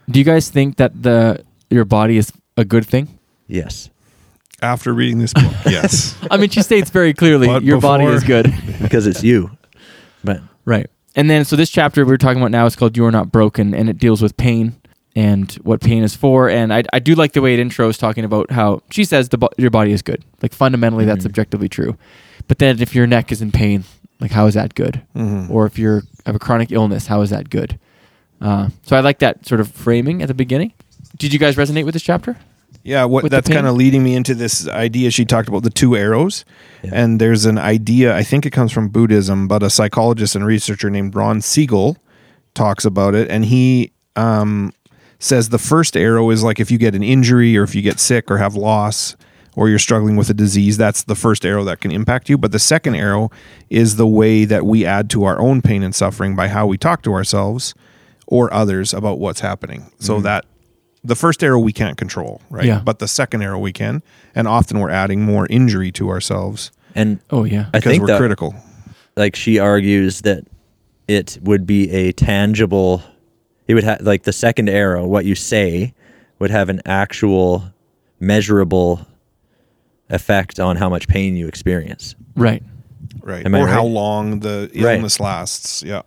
Do you guys think that the your body is a good thing? yes, After reading this book, yes. I mean, she states very clearly But your body is before- good. because it's you. But Right. And then, so this chapter we're talking about now is called You Are Not Broken, and it deals with pain. and what pain is for. And I, I do like the way it intros talking about how she says the, bo- your body is good. Like fundamentally, that's Mhm. objectively true. But then if your neck is in pain, like how is that good? Mhm. Or if you have a chronic illness, how is that good? Uh, so I like that sort of framing at the beginning. Did you guys resonate with this chapter? Yeah, what with the that's pin? kind of leading me into this idea she talked about the two arrows. Yeah. And there's an idea, I think it comes from Buddhism, but a psychologist and researcher named Ron Siegel talks about it and he um, says the first arrow is like if you get an injury or if you get sick or have loss or you're struggling with a disease, that's the first arrow that can impact you, but the second arrow is the way that we add to our own pain and suffering by how we talk to ourselves or others about what's happening. Mm-hmm. So that the first arrow we can't control, right? Yeah. But the second arrow we can, and often we're adding more injury to ourselves And Oh yeah. I because think we're that, critical. like she argues that it would be a tangible it would have like the second arrow what you say would have an actual measurable effect on how much pain you experience right. right? Am I or how right? long the Right. illness lasts. Yeah,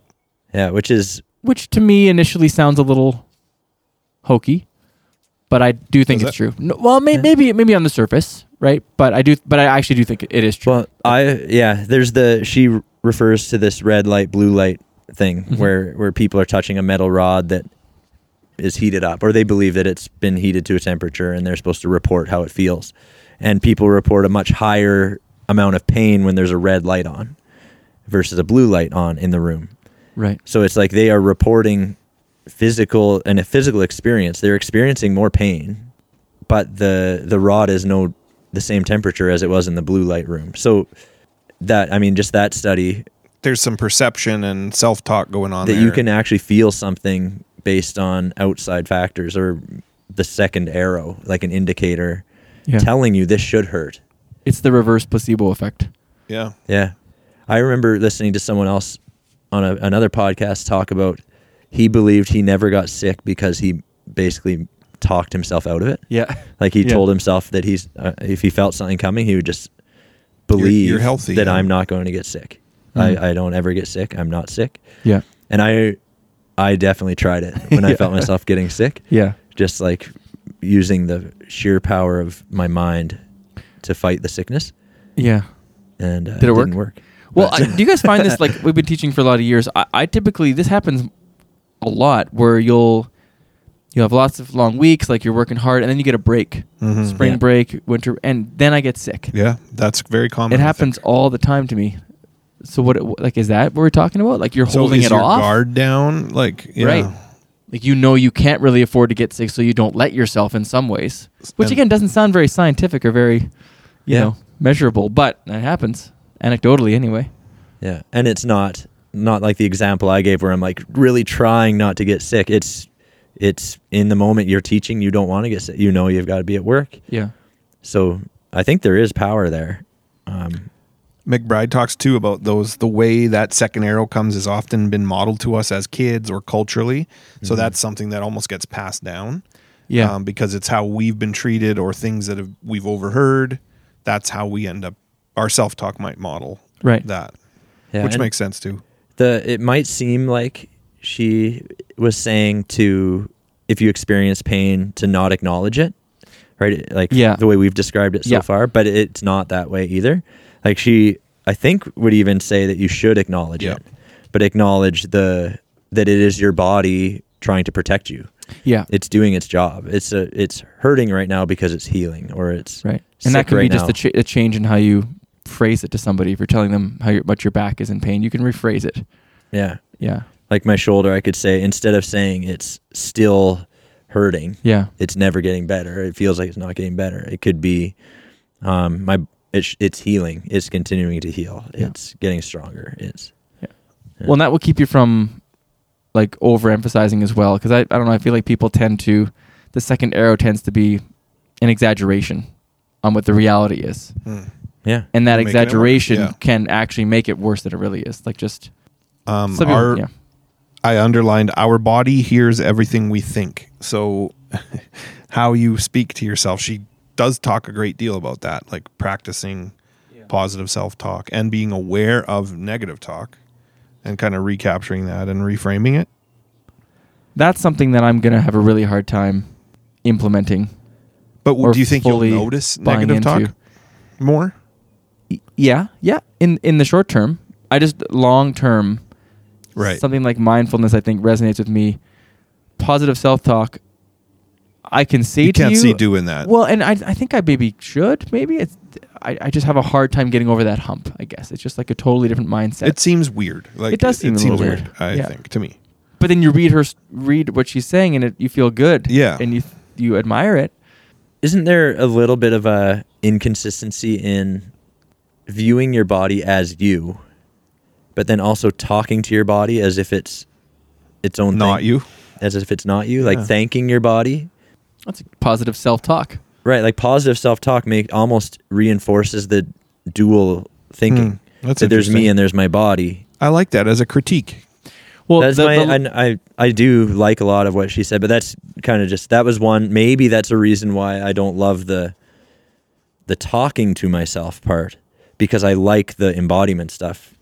yeah which is Which to me initially sounds a little hokey, but I do think Does it's true. No, well, may, maybe maybe on the surface, right? But I do, but I actually do think it, it is true. well i yeah there's the she refers to this red light blue light thing where where people are touching a metal rod that is heated up or they believe that it's been heated to a temperature and they're supposed to report how it feels and people report a much higher amount of pain when there's a red light on versus a blue light on in the room right. so it's like they are reporting physical and a physical experience they're experiencing more pain but the the rod is no the same temperature as it was in the blue light room so that i mean just that study there's some perception and self talk going on that there. you can actually feel something based on outside factors or the second arrow, like an indicator Yeah. telling you this should hurt. It's the reverse placebo effect. yeah, Yeah. I remember listening to someone else on a, another podcast talk about he believed he never got sick because he basically talked himself out of it. Yeah. Like he Yeah. told himself that he's uh, if he felt something coming, he would just you're believe healthy, that yeah. Hmm. I'm not going to get sick. Mhm. I, I don't ever get sick. I'm not sick. Yeah. and I I definitely tried it when I Yeah. felt myself getting sick. Yeah. Just like using the sheer power of my mind to fight the sickness, Yeah. and uh, Did it work? Didn't work. Well, But- I, do you guys find this like we've been teaching for a lot of years? I, I typically this happens a lot where you'll you have lots of long weeks, like you're working hard, and then you get a break, Mhm. spring Yeah. break, winter, and then I get sick. yeah, that's very common. it I think. happens all the time to me. So what? it- Like, is that what we're talking about? Like you're So holding is it your off, guard down, like yeah. right? Like you know you can't really afford to get sick, so you don't let yourself in some ways. Which And- again doesn't sound very scientific or very, you Yeah. know, measurable, but it happens anecdotally anyway. yeah, and it's not not like the example I gave where I'm like really trying not to get sick. It's it's in the moment you're teaching, you don't want to get sick. You know, you've got to be at work. Yeah. So I think there is power there. Um, McBride talks too about those the way that second arrow comes has often been modeled to us as kids or culturally. So that's something that almost gets passed down. Mm-hmm. Yeah. um, because it's how we've been treated or things that have, we've overheard. That's how we end up. Our self talk might model Right. that, yeah, which and- makes sense too. the it might seem like she was saying to if you experience pain to not acknowledge it right like Yeah. the way we've described it so Yeah. far but it's not that way either like she i think would even say that you should acknowledge Yeah. it but acknowledge the that it is your body trying to protect you yeah. it's doing its job it's a it's hurting right now because it's healing or it's right. And that sick could right be just now. a, cha- a change in how you phrase it to somebody. If you're telling them how your, much your back is in pain, you can rephrase it. yeah Yeah. like my shoulder i could say instead of saying it's still hurting Yeah. it's never getting better. It feels like it's not getting better. It could be um, my it's it's healing. It's continuing to heal. Yeah. It's getting stronger. It's Well, and that will keep you from like overemphasizing as well. Cause I, I don't know. I feel like people tend to, the second arrow tends to be an exaggeration on what the reality is. yeah. And Making Mm-hmm. it that worse, exaggeration yeah. can actually make it worse than it really is. Like just, Um, some people- our, yeah. I underlined our body hears everything we think. So, how you speak to yourself, she does talk a great deal about that, like practicing positive self talk and being aware of negative talk and kind of recapturing that and reframing it. that's something that I'm gonna have a really hard time implementing. But Or do you think you'll fully notice buying negative talk into. more? Y- Yeah, yeah. In in the short term, I just long term, Right. Something like mindfulness, I think, resonates with me. Positive self talk. I can say You to can't you, see doing that. Well, and I, I think I maybe should. Maybe it's. I, I just have a hard time getting over that hump. I guess it's just like a totally different mindset. It seems weird. Like It does seem a seems little weird. weird. I Yeah. think to me. but then you read her, s- read what she's saying, and it, you feel good. Yeah. and you you admire it. Isn't there a little bit of a inconsistency in viewing your body as you, but then also talking to your body as if it's its own Not thing, you. as if it's not you, like Yeah. thanking your body, That's positive self talk. right? Like positive self talk make almost reinforces the dual thinking. Hmm, that's that there's me interesting. and there's my body. I like that as a critique. Well, that's the- my, the- and I, I do like a lot of what she said, but that's kind of just that was one. Maybe that's a reason why I don't love the the talking to myself part because I like the embodiment stuff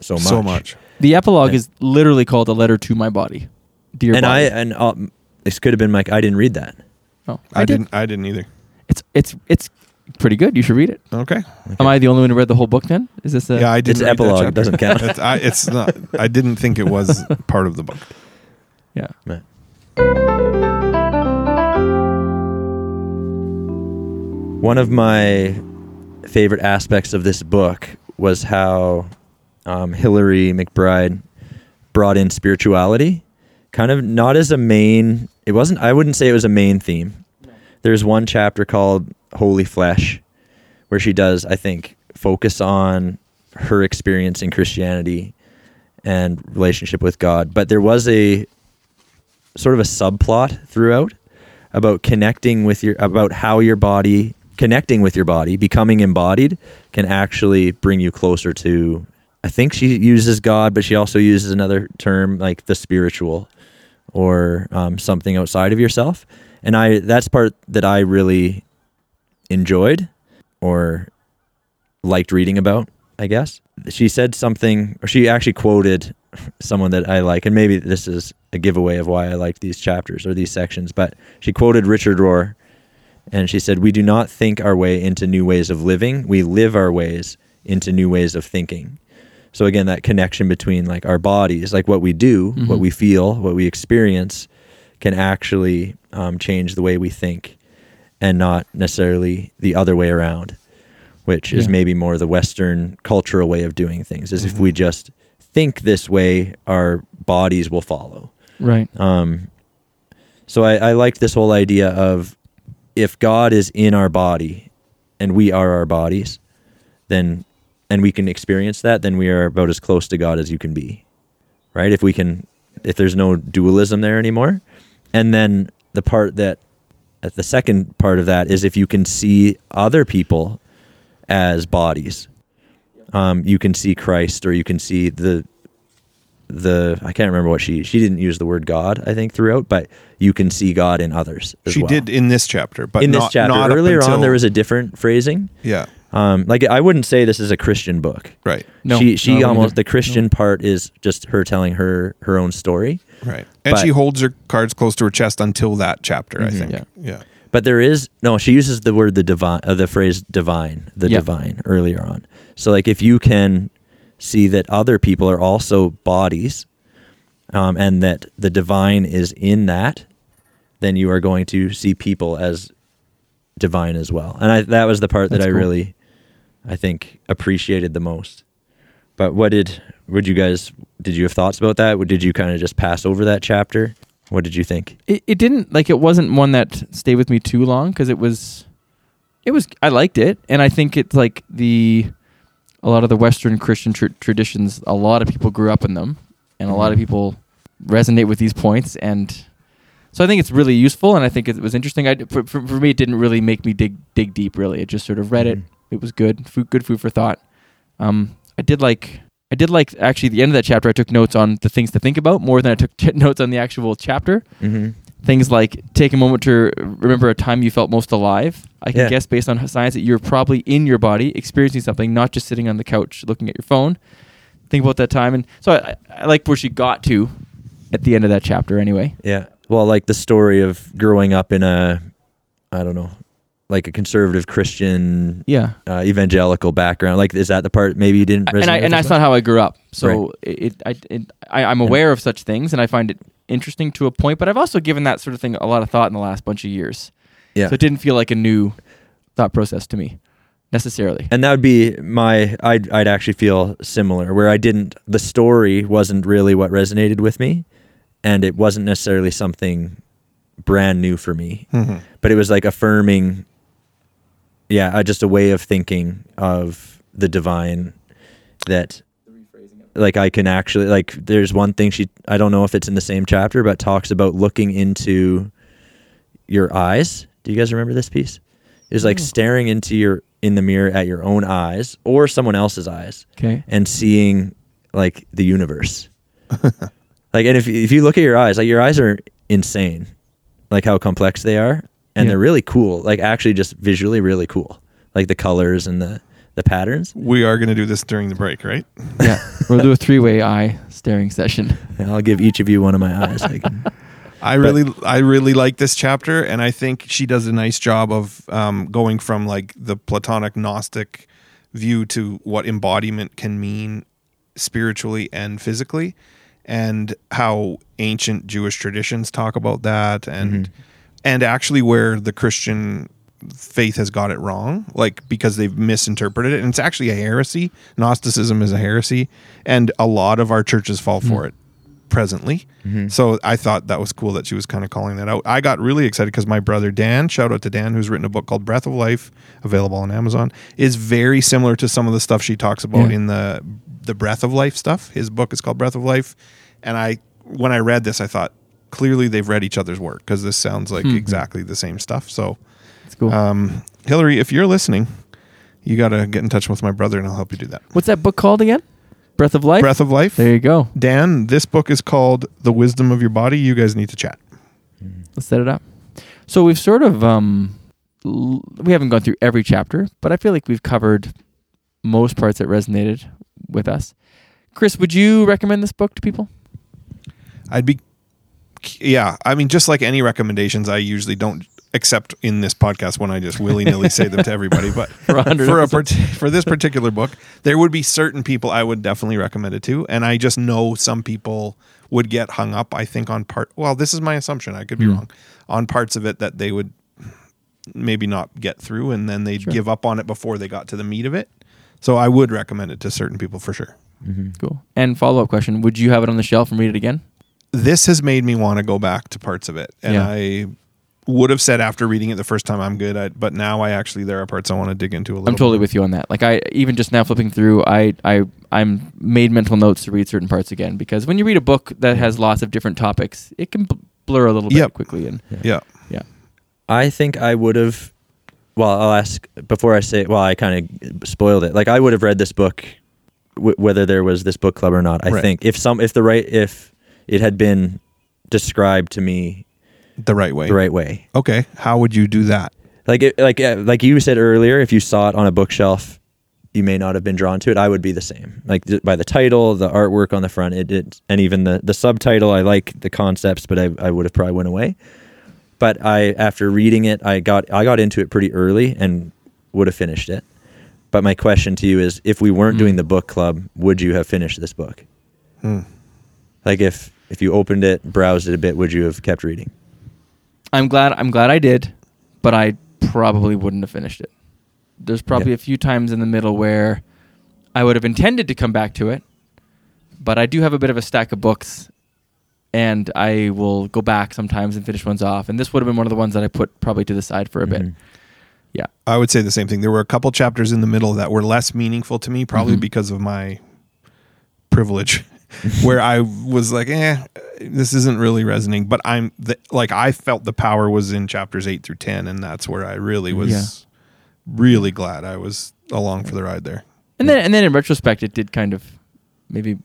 so much. So much. the epilogue Yeah. is literally called a letter to my body, dear. and I body. and uh, this could have been like I didn't read that. oh, I, did. didn't. I didn't either. It's it's it's pretty good. You should read it. Okay. Am I the only one who read the whole book? Then is this a yeah, I didn't. It's read that epilogue, chapter. doesn't count. It's, I, it's not. I didn't think it was part of the book. yeah. Right. One of my favorite aspects of this book was how um, Hillary McBride brought in spirituality, kind of not as a main. It wasn't. I wouldn't say it was a main theme. There's one chapter called Holy Flesh, where she does, I think, focus on her experience in Christianity and relationship with God. But there was a sort of a subplot throughout about connecting with your about how your body connecting with your body becoming embodied can actually bring you closer to i think she uses god but she also uses another term like the spiritual or um, something outside of yourself and i that's part that i really enjoyed or liked reading about i guess she said something or she actually quoted someone that I like, and maybe this is a giveaway of why I like these chapters or these sections, but she quoted Richard Rohr and she said, We do not think our way into new ways of living, we live our ways into new ways of thinking. So again, that connection between like our bodies, like what we do, what we feel, what we experience, can actually um, change the way we think, and not necessarily the other way around, which is Yeah. maybe more the Western cultural way of doing things. Is if we just think this way, our bodies will follow. Right. Um, so I, I liked this whole idea of if God is in our body and we are our bodies, then and we can experience that, then we are about as close to God as you can be. Right? If we can if there's no dualism there anymore. And then the part that that the second part of that is if you can see other people as bodies. Um, you can see Christ or you can see the the I can't remember what she she didn't use the word God I think throughout, but you can see God in others. As She well. did in this chapter, but in not, this chapter not up earlier until, on there was a different phrasing. yeah, Um, like I wouldn't say this is a Christian book. right, No, she no, I she wouldn't almost either. the Christian part is just her telling her her own story. right. And But- Mm-hmm. she holds her cards close to her chest until that chapter. I think. Yeah. yeah. But there is no. She uses the word the divine, uh, the phrase divine, the Yeah. divine earlier on. So like if you can see that other people are also bodies, um, and that the divine is in that, then you are going to see people as divine as well. And I, that was the part That's that I cool. really, I think, appreciated the most. But what did would you guys did you have thoughts about that? Or Did you kind of just pass over that chapter? What did you think? it, it didn't like it wasn't one that stayed with me too long because it was it was i liked it and i think it's like the a lot of the western christian tr- traditions a lot of people grew up in them and a lot of people resonate with these points and so i think it's really useful and i think it was interesting i for, for, for me it didn't really make me dig dig deep really it just sort of read it Mhm. it was good food good food for thought um i did like i did like actually the end of that chapter i took notes on the things to think about more than i took notes on the actual chapter Mm-hmm. things like take a moment to remember a time you felt most alive. I can Yeah. guess based on science that you're probably in your body experiencing something, not just sitting on the couch looking at your phone. Think about that time, and so I, I like where she got to at the end of that chapter anyway. Yeah. Well, like the story of growing up in a, I don't know, like a conservative Christian Yeah. uh, evangelical background. Like, is that the part maybe you didn't? and I, resonate and with that's as not much? how I grew up. So it, I, it, I, I'm aware of such things, and I find it interesting to a point. But I've also given that sort of thing a lot of thought in the last bunch of years. Yeah. So it didn't feel like a new thought process to me necessarily. and that would be my. I'd I'd actually feel similar where I didn't. The story wasn't really what resonated with me, and it wasn't necessarily something brand new for me. Mm-hmm. But it was like affirming. Yeah, uh, just a way of thinking of the divine that like I can actually like there's one thing she I don't know if it's in the same chapter but talks about looking into your eyes. Do you guys remember this piece? It was like Oh. staring into your in the mirror at your own eyes or someone else's eyes Okay. and seeing like the universe. like and if if you look at your eyes, like your eyes are insane. Like how complex they are and Yeah. they're really cool. Like actually just visually really cool. Like the colors and the the patterns. We are going to do this during the break, right? yeah. We'll do a three way eye staring session. And I'll give each of you one of my eyes. Like, I really, I really like this chapter, and I think she does a nice job of um, going from like the Platonic Gnostic view to what embodiment can mean spiritually and physically, and how ancient Jewish traditions talk about that, and and actually where the Christian faith has got it wrong, like because they've misinterpreted it, and it's actually a heresy. Gnosticism is a heresy, and a lot of our churches fall for it presently. Mm-hmm. So I thought that was cool that she was kind of calling that out. I got really excited because my brother Dan, shout out to Dan, who's written a book called Breath of Life, available on Amazon, is very similar to some of the stuff she talks about Yeah. in the the Breath of Life stuff. His book is called Breath of Life, and I when I read this, I thought clearly they've read each other's work because this sounds like Hmm. exactly the same stuff. So, It's cool. um, Hillary, if you're listening, you got to get in touch with my brother, and I'll help you do that. What's that book called again? Breath of Life? Breath of Life. there you go. Dan, this book is called The Wisdom of Your Body. You guys need to chat. Mm-hmm. Let's set it up. So we've sort of um l- we haven't gone through every chapter, but I feel like we've covered most parts that resonated with us. Chris, would you recommend this book to people? I'd be, yeah. I mean, just like any recommendations, I usually don't accept in this podcast when I just willy nilly say them to everybody. But For 100 for a part- for this particular book, there would be certain people I would definitely recommend it to, and I just know some people would get hung up. I think on part. Well, this is my assumption. I could be wrong on parts of it that they would maybe not get through, and then they'd give up on it before they got to the meat of it. So I would recommend it to certain people for sure. Mm-hmm. Cool. And follow up question: Would you have it on the shelf and read it again? this has made me want to go back to parts of it and Yeah. i would have said after reading it the first time i'm good at but now i actually there are parts i want to dig into a little I'm totally with you on that. Like I even just now flipping through, I I I'm made mental notes to read certain parts again because when you read a book that has lots of different topics, it can bl- blur a little bit Yep. quickly. And bit. yeah yeah, I think I would have. Well, I'll ask before I say. Well, I kind of spoiled it. Like I would have read this book, w- whether there was this book club or not. I Right. think if some, if the right, if it had been described to me the right way the right way, okay how would you do that like it, like uh, like you said earlier, if you saw it on a bookshelf, you may not have been drawn to it. I would be the same. Like th- by the title, the artwork on the front, it, it and even the the subtitle. I like the concepts, but I I would have probably went away. But I after reading it, I got I got into it pretty early and would have finished it. But my question to you is, if we weren't Hmm. doing the book club, would you have finished this book? Like if if you opened it, browsed it a bit, would you have kept reading? I'm glad I'm glad I did, but I probably wouldn't have finished it. There's probably Yeah. a few times in the middle where I would have intended to come back to it, but I do have a bit of a stack of books and I will go back sometimes and finish ones off. And this would have been one of the ones that I put probably to the side for a bit. Mhm. Yeah. i would say the same thing there were a couple chapters in the middle that were less meaningful to me Mm-hmm. probably because of my privilege where i was like eh this isn't really resonating but i'm the, like i felt the power was in chapters 8 through 10 and that's where i really was really glad i was along for the ride there And then and then in retrospect it did kind of maybe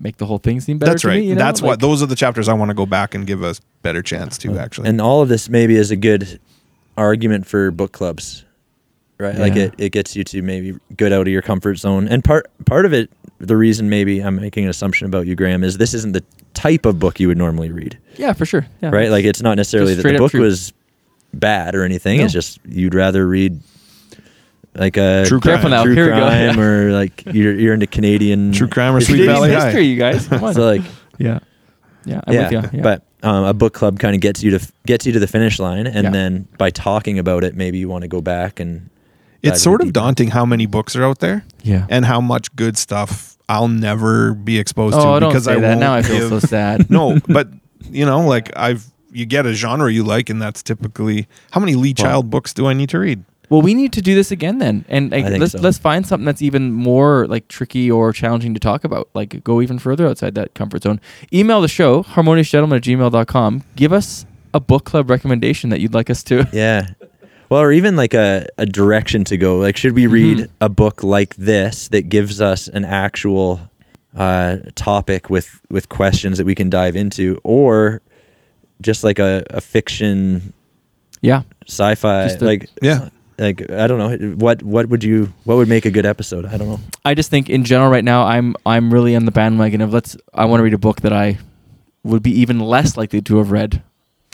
make the whole thing seem better. That's to right. me, you know? That's Like- what those are the chapters I want to go back and give a better chance to actually. And all of this maybe is a good argument for book clubs, right? Like Yeah. it, it gets you to maybe get out of your comfort zone. And part part of it the reason maybe I'm making an assumption about you, Graham, is this isn't the type of book you would normally read, Yeah, for sure. Yeah. right? Like it's not necessarily Just that the straight book up true. was bad or anything. No. It's just you'd rather read like a True crime. Careful now. true Here we go. crime or like you're you're into Canadian True crime or history. Sweet Valley High. history, you guys. Come on. So like yeah. Yeah, I'm yeah, with you. Yeah. but um, a book club kind of gets you to gets you to the finish line, and Yeah. then by talking about it, maybe you want to go back and. dive It's sort in of deeper. daunting how many books are out there yeah. and how much good stuff I'll never be exposed Oh, to don't because say I that. won't Now I feel give- so sad. no, but you know, like I've you get a genre you like, and that's typically how many Lee Well- Child books do I need to read? Well, we need to do this again then, and like, I think let's so. let's find something that's even more like tricky or challenging to talk about. Like go even further outside that comfort zone. Email the show harmoniousgentleman at gmail.com. Give us a book club recommendation that you'd like us to. Yeah. Well, or even like a, a direction to go. Like, should we read Mhm. a book like this that gives us an actual uh, topic with, with questions that we can dive into, or just like a, a fiction Yeah, sci-fi? Just a- like, Yeah. like I don't know what what would you what would make a good episode? I don't know. I just think in general right now I'm I'm really on the bandwagon of let's I want to read a book that I would be even less likely to have read.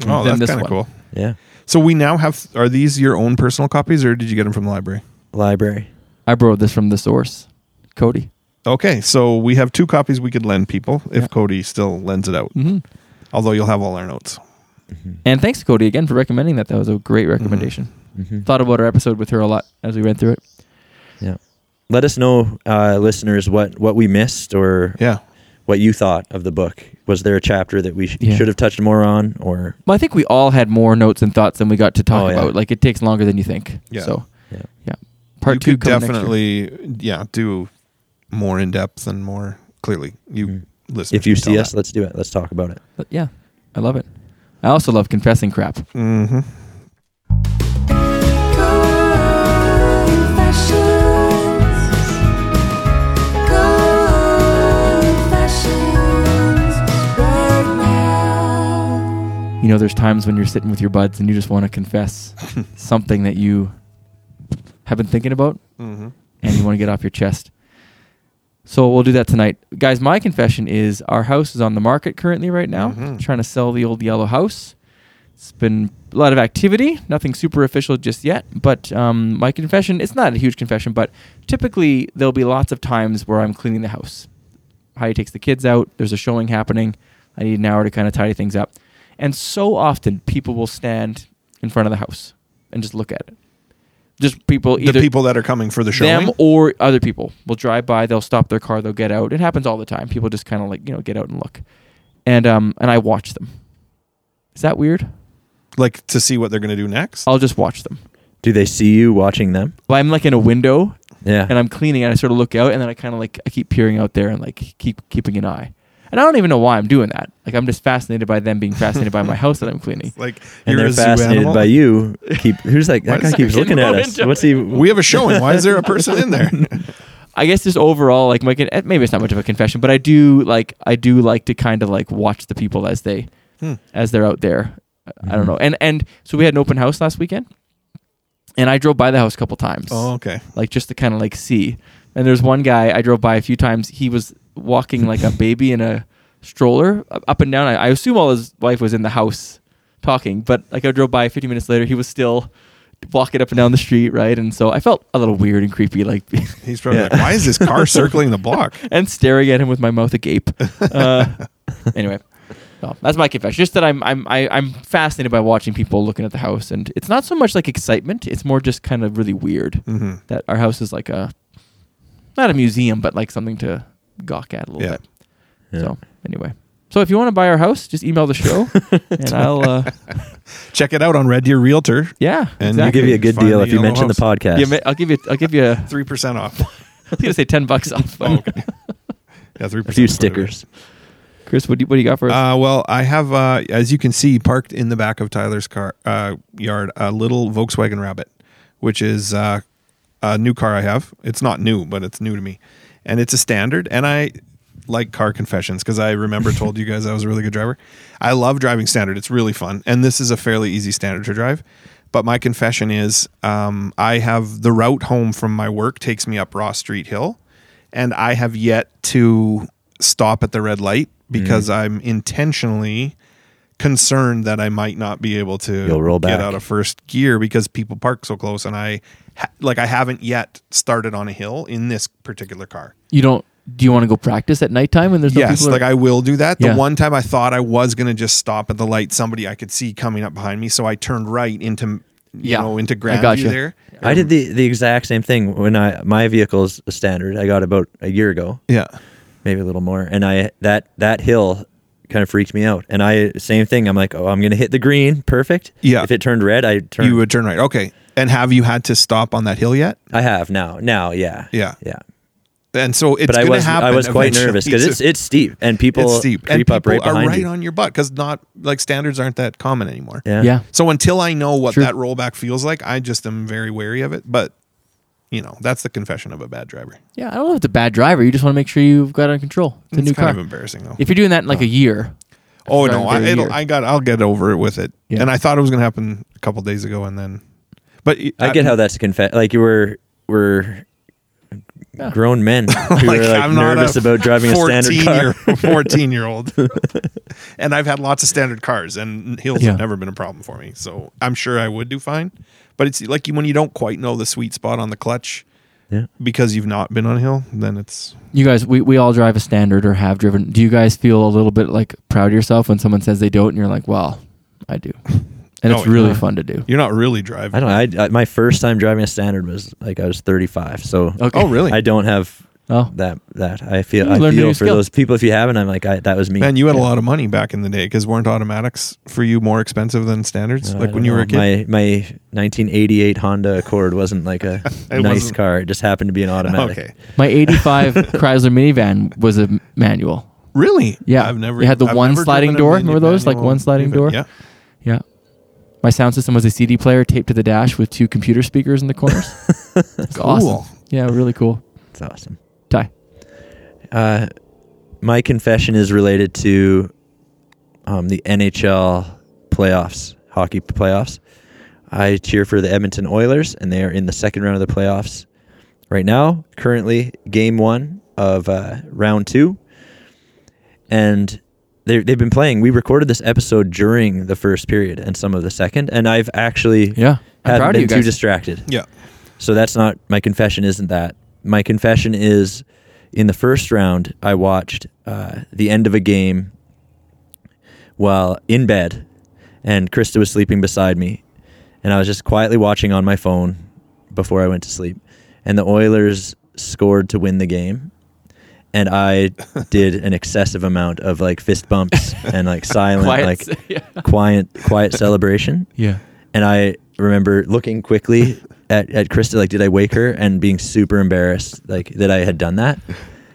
Oh, that's than this kind of one. cool. Yeah, So we now have. Are these your own personal copies, or did you get them from the library? library. I borrowed this from the source, Cody. Okay, so we have two copies we could lend people if Yeah. Cody still lends it out. Mm-hmm. Although you'll have all our notes. And thanks, Cody, again for recommending that. That was a great recommendation. Mm-hmm. Thought about our episode with her a lot as we went through it. Let us know, uh, listeners, what what we missed or Yeah, what you thought of the book. Was there a chapter that we sh- Yeah. should have touched more on, or Well, I think we all had more notes and thoughts than we got to talk Oh, yeah. about. Like it takes longer than you think. Yeah. So, Yeah. yeah. Part You two could coming next year. definitely. Yeah, do more in depth and more clearly. You Mm. listen if you see us, let's do it. Let's talk about it. But Uh, yeah, I love it. I also love confessing crap. Mm-hmm. You know, there's times when you're sitting with your buds and you just want to confess something that you have been thinking about Mm-hmm. and you want to get off your chest. So we'll do that tonight, guys. My confession is our house is on the market currently right now. Mhm. Trying to sell the old yellow house. It's been a lot of activity. Nothing super official just yet, but um, my confession. It's not a huge confession, but typically there'll be lots of times where I'm cleaning the house. Heidi takes the kids out. There's a showing happening. I need an hour to kind of tidy things up. And so often people will stand in front of the house and just look at it. Just people either The people that are coming for the showing. them or other people will drive by they'll stop their car they'll get out it happens all the time people just kind of like you know get out and look and um and i watch them is that weird like to see what they're going to do next. i'll just watch them Do they see you watching them? but i'm like in a window Yeah. and i'm cleaning and i sort of look out and then i kind of like i keep peering out there and like keep keeping an eye and i don't even know why i'm doing that like i'm just fascinated by them being fascinated by my house that i'm cleaning like And you're they're a zoo fascinated animal. by you. Keep who's like Why that guy does keeps that looking kid at go us. into What's he? We have a showing. Why is there a person in there? I guess just overall, like my, con- eh, maybe it's not much of a confession, but I do like I do like to kind of like watch the people as they Hmm. Mm-hmm. as they're out there. I- I don't Mhm. know. And and so we had an open house last weekend, and I drove by the house a couple times, oh, okay. like just to kind of like see. And there's one guy I drove by a few times. He was walking like a baby in a stroller u- up and down. I, I assume all his wife was in the house talking, but like I drove by 50 minutes later, he was still walking up and down the street, right? And so I felt a little weird and creepy, like. He's probably Yeah. like, why is this car circling the block? and staring at him with my mouth agape. Uh, anyway, no, that's my confession. Just that I'm I'm I, I'm fascinated by watching people looking at the house, and it's not so much like excitement; it's more just kind of really weird Mm-hmm. that our house is like a not a museum, but like something to gawk at a little Yeah. bit. Yeah. So anyway. So if you want to buy our house, just email the show, and I'll uh, Check it out on Red Deer Realtor. yeah, And We'll exactly. give you a good Find deal the if you yellow mention the house. podcast. Yeah, ma- I'll give you I'll give you a, Three percent off. I was gonna say ten bucks off. but- Oh, okay. Yeah, three a percent. few stickers. Chris, what do you, what do you got for us? Uh, well, I have, uh, as you can see, parked in the back of Tyler's car uh, yard, a little Volkswagen Rabbit, which is uh, a new car I have. It's not new, but it's new to me, and it's a standard. And I like car confessions because I remember told you guys I was a really good driver. I love driving standard; it's really fun, and this is a fairly easy standard to drive. But my confession is, um, I have the route home from my work takes me up Ross Street Hill, and I have yet to stop at the red light because Mm. I'm intentionally concerned that I might not be able to You'll roll get back. out of first gear because people park so close and I ha- like I haven't yet started on a hill in this particular car. You don't. Do you want to go practice at nighttime when there's no Yes, people? like I will do that. The Yeah. one time I thought I was going to just stop at the light, somebody I could see coming up behind me, so I turned right into you Yeah. know I into Grandview gotcha. there. I did the, the exact same thing when I my vehicle is a standard. I got about a year ago, Yeah, maybe a little more, and I that that hill kind of freaked me out. And I same thing. I'm like, oh, I'm gonna hit the green, perfect. Yeah. If it turned red, I turn. you would turn right. Okay, and have you had to stop on that hill yet? I have now. Now, yeah, Yeah. yeah. And so it's But I going to was happen. I was quite eventually. nervous because So it's it's steep and people it's steep, creep and up people right are behind right you. on your butt because not like standards aren't that common anymore. yeah. yeah. So until I know what True. that rollback feels like, I just am very wary of it. But you know, that's the confession of a bad driver. Yeah. I don't know if it's a bad driver. You just want to make sure you've got it under control. It's a it's new kind car. of embarrassing though. if you're doing that in like a year, oh started no, very I it'll, near. I got I'll get over it with it. Yeah. And I thought it was going to happen a couple days ago, and then, but it- I get how that's confess. Like you were were grown men who were like nervous about driving a standard car. Year, 14 year old. and I've had lots of standard cars, and hills Yeah. have never been a problem for me. So I'm sure I would do fine. But it's like when you don't quite know the sweet spot on the clutch Yeah. because you've not been on a hill, then it's. you guys, we, we all drive a standard or have driven. Do you guys feel a little bit like proud of yourself when someone says they don't and you're like, well, I do? And it's Oh, really yeah. fun to do. You're not really I driving. don't. know. I, I my first time driving a standard was like I was 35. So Okay. Oh, really? I don't have Oh, that. That I feel. You I learned Hmm. a feel new for skill. those people. If you haven't, I'm like I, that was me. Man, you had a lot of money back in the day because weren't automatics for you more expensive than standards? Uh, I like when don't you were know. a kid? My my 1988 Honda Accord wasn't like a nice wasn't- car. It just happened to be an automatic. okay. my 85 Chrysler minivan was a m- manual. Really? Yeah. I've never. It had the I've one never sliding driven a door. mini- Remember those? Like manual one sliding minivan. door? Yeah. Yeah. My sound system was a CD player taped to the dash with two computer speakers in the corners. It's Cool. awesome. Yeah, really cool. It's awesome. Ty. Uh, my confession is related to um, the NHL playoffs, hockey playoffs. I cheer for the Edmonton Oilers, and they are in the second round of the playoffs right now. Currently, game one of uh, round two, and they they've been playing. We recorded this episode during the first period and some of the second, and I've actually Yeah. I'm haven't proud of been you too guys. distracted. Yeah. So that's not my confession. Isn't that my confession? Is in the first round I watched uh, the end of a game while in bed, and Krista was sleeping beside me, and I was just quietly watching on my phone before I went to sleep, and the Oilers scored to win the game. And I did an excessive amount of like fist bumps and like silent, Quiet. like yeah. quiet, quiet celebration. Yeah. Mm, And I remember looking quickly at, at Krista, like, did I wake her? And being super embarrassed, like, that I had done that.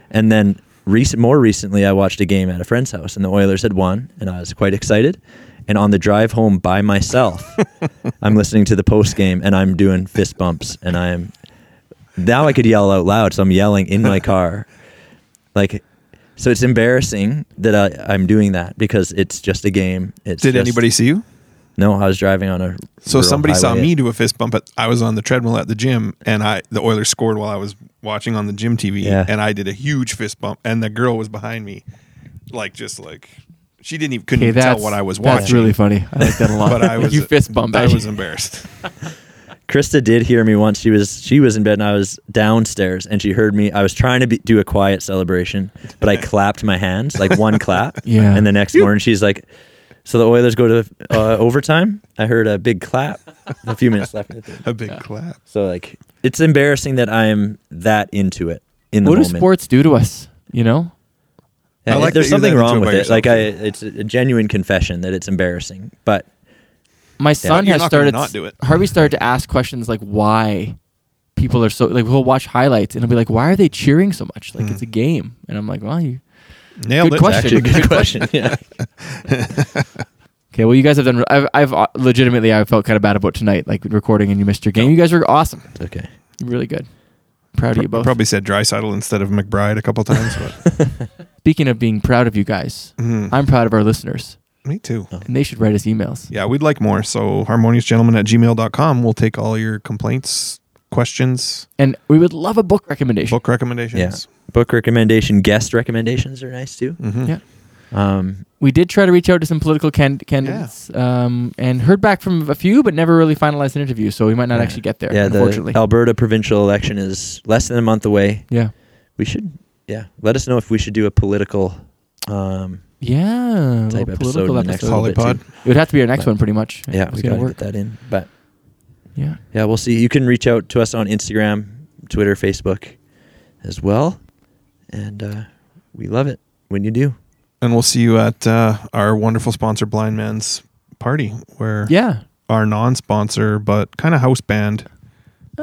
And then recent, more recently, I watched a game at a friend's house, and the Oilers had won, and I was quite excited. And on the drive home by myself, I'm listening to the post game, and I'm doing fist bumps, and I'm now I could yell out loud, so I'm yelling in my car, like. So it's embarrassing that I, I'm doing that because it's just a game. It's Did just- anybody see you? No, I was driving on a. So rural somebody saw highway. me do a fist bump. At, I was on the treadmill at the gym, and I the Oilers scored while I was watching on the gym TV, Yeah. and I did a huge fist bump, and the girl was behind me, like just like she didn't even couldn't Okay, even that's tell what I was That's watching. really funny. I like that a lot. but I was you fist bump. I was embarrassed. Krista did hear me once. She was she was in bed and I was downstairs and she heard me. I was trying to be, do a quiet celebration, but I clapped my hands like one clap. Yeah. And the next morning she's like, "So the Oilers go to uh, overtime." I heard a big clap. A few minutes left. A big clap. So like, it's embarrassing that I'm that into it in the What do moment. sports do to us? You know? Yeah, I like there's that you're something that into wrong it with by it. yourself, Like I, too. it's a genuine confession that it's embarrassing, but My son You're has not gonna started. not do it. Harvey started to ask questions like why people are so like we'll watch highlights and he'll be like, why are they cheering so much? Like Hmm. it's a game, and I'm like, well, you Nailed Good it. question. actually a good question. Yeah. okay? Well, you guys have done. I've, I've uh, legitimately I felt kind of bad about tonight, like recording and you missed your game. You guys were awesome, It's okay. really good. Proud of you both. Probably said Drysaddle instead of McBride a couple times, but Speaking of being proud of you guys, Mhm. I'm proud of our listeners, me too. Oh. and they should write us emails. Yeah, we'd like more. So harmoniousgentleman at gmail.com. We'll take all your complaints questions, And we would love a book recommendation. book recommendations. Yeah. Book recommendation, guest recommendations are nice too. Mm-hmm. Yeah. Um, We did try to reach out to some political can- candidates um, and heard back from a few, but never really finalized an interview. So we might not Yeah. actually get there, yeah, the unfortunately. Alberta provincial election is less than a month away. yeah. We should, yeah, let us know if we should do a political um, Yeah. a type little episode in the next episode. little bit, Polypod. too. It would have to be our next But- one, pretty much. Yeah, it's we gonna gotta work. get that in. But Yeah, yeah, we'll see. You can reach out to us on Instagram, Twitter, Facebook, as well, and uh, we love it when you do. And we'll see you at uh, our wonderful sponsor, Blind Man's Party, where yeah. our non-sponsor but kind of house band,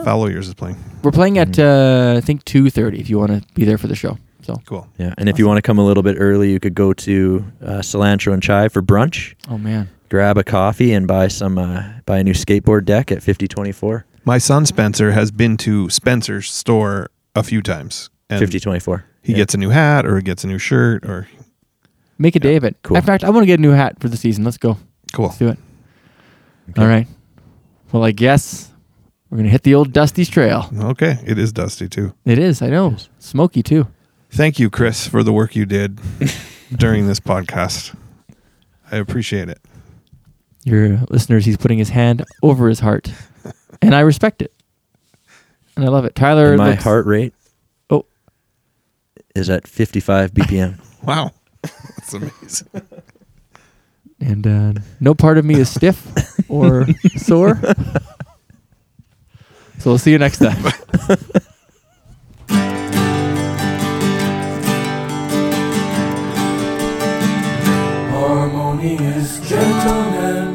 Fallow Years is playing. We're playing at Mm-hmm. uh, I think two thirty. If you want to be there for the show, so Cool. Yeah, and if you want to come a little bit early, you could go to uh, Cilantro and Chai for brunch. oh man, grab a coffee and buy some uh, buy a new skateboard deck at 5024 My son Spencer has been to Spencer's store a few times, and 5024 he Yeah. gets a new hat or gets a new shirt or make a day of it. cool. In fact, I want to get a new hat for the season. Let's go. cool. Let's do it. All right. Well, I guess we're gonna hit the old Dusty's Trail. Okay, it is dusty too. It is. I know. Smoky too. Thank you, Chris, for the work you did during this podcast. I appreciate it. Your listeners, he's putting his hand over his heart, and I respect it, and I love it. Tyler, And my looks- heart rate Oh. is at 55 bpm Wow, that's amazing. and uh, no part of me is stiff or sore. So we'll see you next time. harmonious gentlemen.